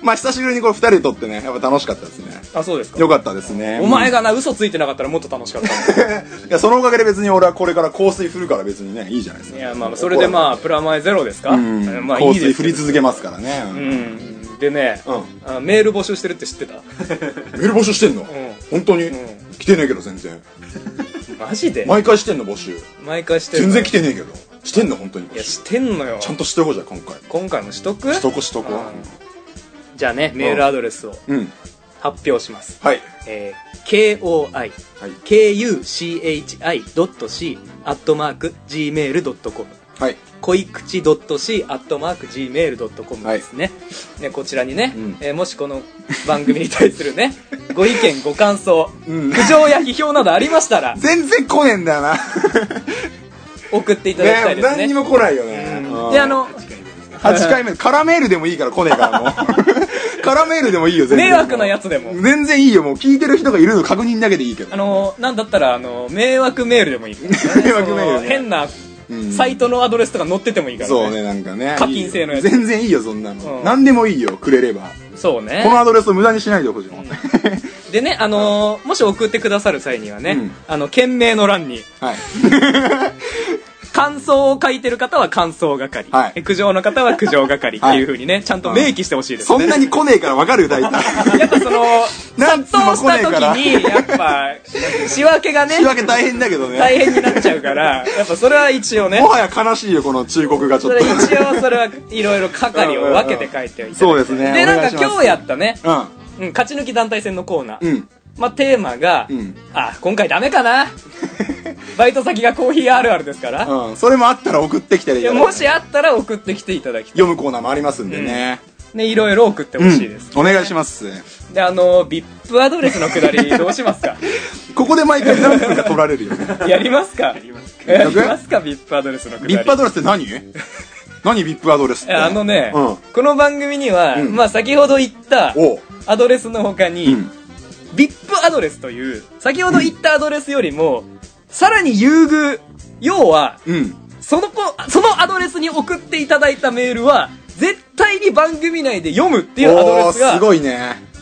B: まあ久しぶりにこれ2人で撮ってねやっぱ楽しかったですね
A: あそうですか
B: よかったですね
A: お前がな嘘ついてなかったらもっと楽しかった
B: いやそのおかげで別に俺はこれから香水振るから別にねいいじゃないですか
A: いやまあそれでまあプラマイゼロですか、
B: うん
A: まあい
B: 香
A: いで
B: 水
A: す
B: 振
A: け
B: り
A: ど
B: 続けますからねう
A: うんんでね、
B: う
A: あメール募集してるって知って
B: *laughs*
A: た
B: メール募集してんの本当に
A: ん
B: 来てねえけど全然
A: マジで
B: 毎回してんの募集
A: 毎回してる
B: 全然来てねえけどしてんの本当に
A: いや
B: ち
A: してんのよ
B: ゃんとしてこうじゃん今回
A: 今回もしとく
B: しとこしとこ
A: うんじゃあねメールアドレスを
B: うん
A: 発表します
B: はい
A: えー、
B: はい
A: KOI.KUCHI.C アットマーク Gmail.com
B: はい
A: 恋口 .c アットマーク Gmail.com
B: はい
A: ですね,、ねこちらにね、
B: うん
A: えーもしこの番組に対する
B: *laughs*
A: ねご意見ご感想、
B: うん
A: 苦情や批評などありましたら
B: 全然来ねえんだよな
A: 送っていただきた
B: *laughs* ね
A: いですね
B: 何にも来ないよねうん
A: であの
B: 8回目カラメールでもいいから来ねえから
A: *laughs*
B: もうカラメールでもいいよ全然
A: 迷惑なやつでも
B: 全然いいよもう聞いてる人がいるの確認だけでいいけど
A: あのなんだったらあの迷惑メールでもいいからね
B: *laughs* 迷惑メールね
A: その変な
B: うん
A: サイトのアドレスとか載っててもいいからね
B: そうねなんかね
A: 課金制のやつ
B: いいよ全然いいよそんなの、
A: うん
B: 何でもいいよくれれば
A: そうね
B: このアドレスを無駄にしないでほしいもん、はい
A: でね、あのーもし送ってくださる際にはね、
B: うん
A: あの、件名の欄に、感想を書いてる方は感想係、
B: はい
A: え苦情の方は苦情係っていう風にね、ちゃんと明記してほしいです
B: そん
A: ね。
B: なに来ねえから分かるよ大体
A: やっぱそ
B: *laughs*
A: の、
B: 何通
A: 殺
B: も
A: 到
B: 来
A: した
B: ねえ
A: 時に、
B: から
A: やっぱ、
B: *laughs*
A: 仕分けがね
B: 仕、分け大変だけどね
A: 大変になっちゃうから、やっぱそれは一応ね
B: も、はや悲しいよこの忠告がち
A: そ
B: ょっ
A: れ
B: と
A: 一応それはいろいろ係を分けて書いておいて。
B: そうですね
A: で、なんか
B: お願いします
A: 今日やったね、
B: う
A: うん、勝ち抜き団体戦のコーナー。
B: んうん
A: まあ、テーマが、
B: うん
A: あ今回ダメか
B: *laughs*
A: なバイト先がコーヒーあるあるですから、
B: うん、それもあったら送ってきたらい
A: い
B: いか
A: や
B: ら
A: もしあったら送ってきていただきたい
B: 読むコーナーもありますんでね、
A: ねいろいろ送ってほ
B: うん
A: しいです、
B: お願いします
A: であの VIP アドレスのくだ
B: *laughs*
A: りどうしますか
B: ここで毎回何分か取られるよ
A: *laughs*
B: ね
A: やりますかやりますかやりますか VIP アドレスのくだり
B: ビップアドレスって何 *laughs* 何ビップアドレスっ
A: い
B: て
A: やあのね、
B: うん
A: この番組には、
B: うん
A: まあ、先ほど言った
B: おう
A: アドレスの他に、
B: うん
A: VIP アドレスという先ほど言ったアドレスよりも、さらに優遇要は
B: うん
A: その子、そのアドレスに送っていただいたメールは、絶対に番組内で読むっていうアド
B: お
A: レ
B: ー
A: スが
B: すごいね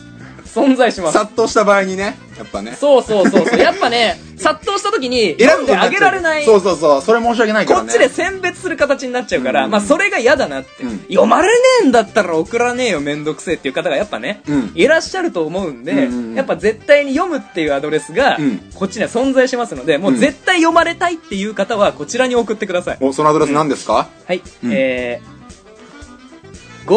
A: 存在します。
B: 殺到した場合にねやっぱね
A: そうそうそうそう。やっぱね、殺到した時に、選
B: 選ぶ
A: ん
B: こと
A: で
B: にな
A: あ
B: っちゃう
A: げられない。
B: そうそうそうそれ申し訳ないか
A: こ
B: ら
A: っ
B: ね
A: ちで選別する形になっちゃうから、
B: うん
A: まあそれが嫌だなって、
B: うん
A: 読まれねえんだったら送らねえよめんどくせえっていう方がやっぱね、
B: うん
A: いらっしゃると思うんで、
B: うんうんうん
A: やっぱ絶対に読むっていうアドレスが、
B: うん
A: こっちには存在しますので、もう絶対読まれたいっていう方はこちらに送ってください。
B: おそのアドレス何ですか、
A: はい、
B: うん
A: えー、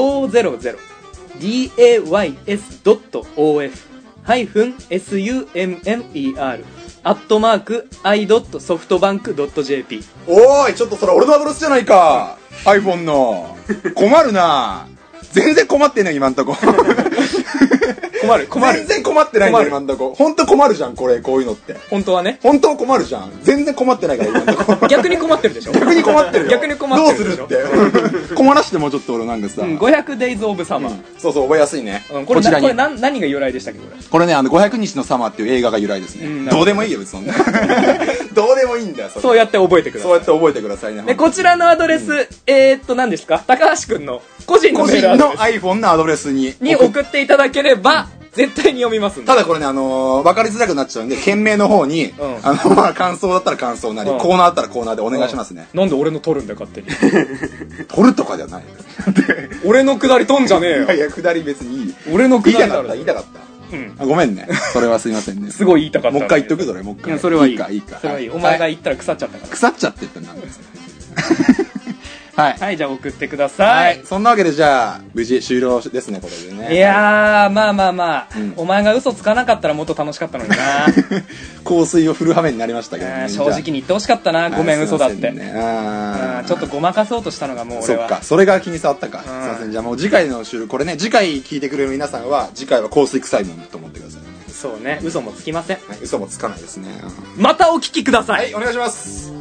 A: 500days.of-summer アットマーク i.softbank.jp
B: おーいちょっとそれ俺のアドレスじゃないか iPhone *laughs* の困るな全然困ってんね今んとこ
A: 困る困
B: 全
A: る
B: 然困ってないんだよ、
A: 困
B: 今んとこ。本当困るじゃん、これ、こういうのって。
A: 本当はね
B: 本当困るじゃん。全然困ってないから、今んとこ。
A: 逆に困ってるでしょ
B: 逆に困ってるよ。
A: 逆に困ってる
B: ど
A: で
B: う
A: し
B: す
A: ょ
B: るって。困らしてもうちょっと俺なんかさ。
A: うん、500 days of summer、
B: そうそう、覚えやすいね。
A: うん、これ
B: ちら
A: なこ
B: に
A: れ何何が由来でしたっけこれ
B: これね、あの、500日のサマーっていう映画が由来ですね。
A: うん
B: どうでもいいよ、別にそんな。どうでもいいんだよ、それ
A: そうやって覚えてくだ
B: そう
A: さ
B: や
A: い
B: って覚えてくださいね。
A: でこちらのアドレス、えー、っと何ですか高橋くんの個人の
B: 個
A: メー
B: 人
A: ルアド
B: の
A: レ
B: iPhone のアドレスに。
A: スに送っていただければ絶対に読みますんで
B: ただこれね、あのー、分かりづらくなっちゃうんで、件名の方に、
A: ん
B: あの、まあ、感想だったら感想なり、
A: うん
B: コーナーだったらコーナーでお願いしますね。
A: なんで俺の取るんだよ勝手に *laughs*
B: 取るとかじゃない。
A: 俺のくだり取んじゃねえよ
B: いやいや、くだり別にいい。
A: 俺のく
B: 言い
A: だりだ
B: たかっ
A: ろ
B: た、言いたかっ
A: うん
B: た。あごめんね。それはすいませんね。
A: すごい言いたかった
B: もう一回言っとくぞ、それ、もう一
A: い
B: 回。
A: やそれはいい
B: か、いいか。
A: それはいいお前が
B: はい
A: 言ったら腐っちゃったから
B: 腐っちゃってったなんですはい。
A: はいじゃあ送ってください、
B: そんなわけでじゃあ、無事終了ですね、これでね。
A: い、やーまあまあまあ、
B: うん
A: お前が嘘つかなかったらもっと楽しかったのにな
B: *laughs* 香水を振る羽目になりましたけど
A: あー
B: ね。
A: 正直に言ってほしかったな
B: じゃあ。
A: ごめん
B: はい
A: 嘘だっ
B: すいま
A: て、
B: せんね
A: あー
B: あー
A: ちょっとごまかそうとしたのがもう
B: そ
A: 俺
B: っ
A: は
B: か、それが気に障ったか。すい
A: ん
B: ません。じゃあもう次回の収録、これね、次回聞いてくれる皆さんは、次回は香水臭いもんと思ってください。
A: そうね嘘もつきません
B: はい、嘘もつかないですね。
A: またお聞きください
B: はい、お願いします。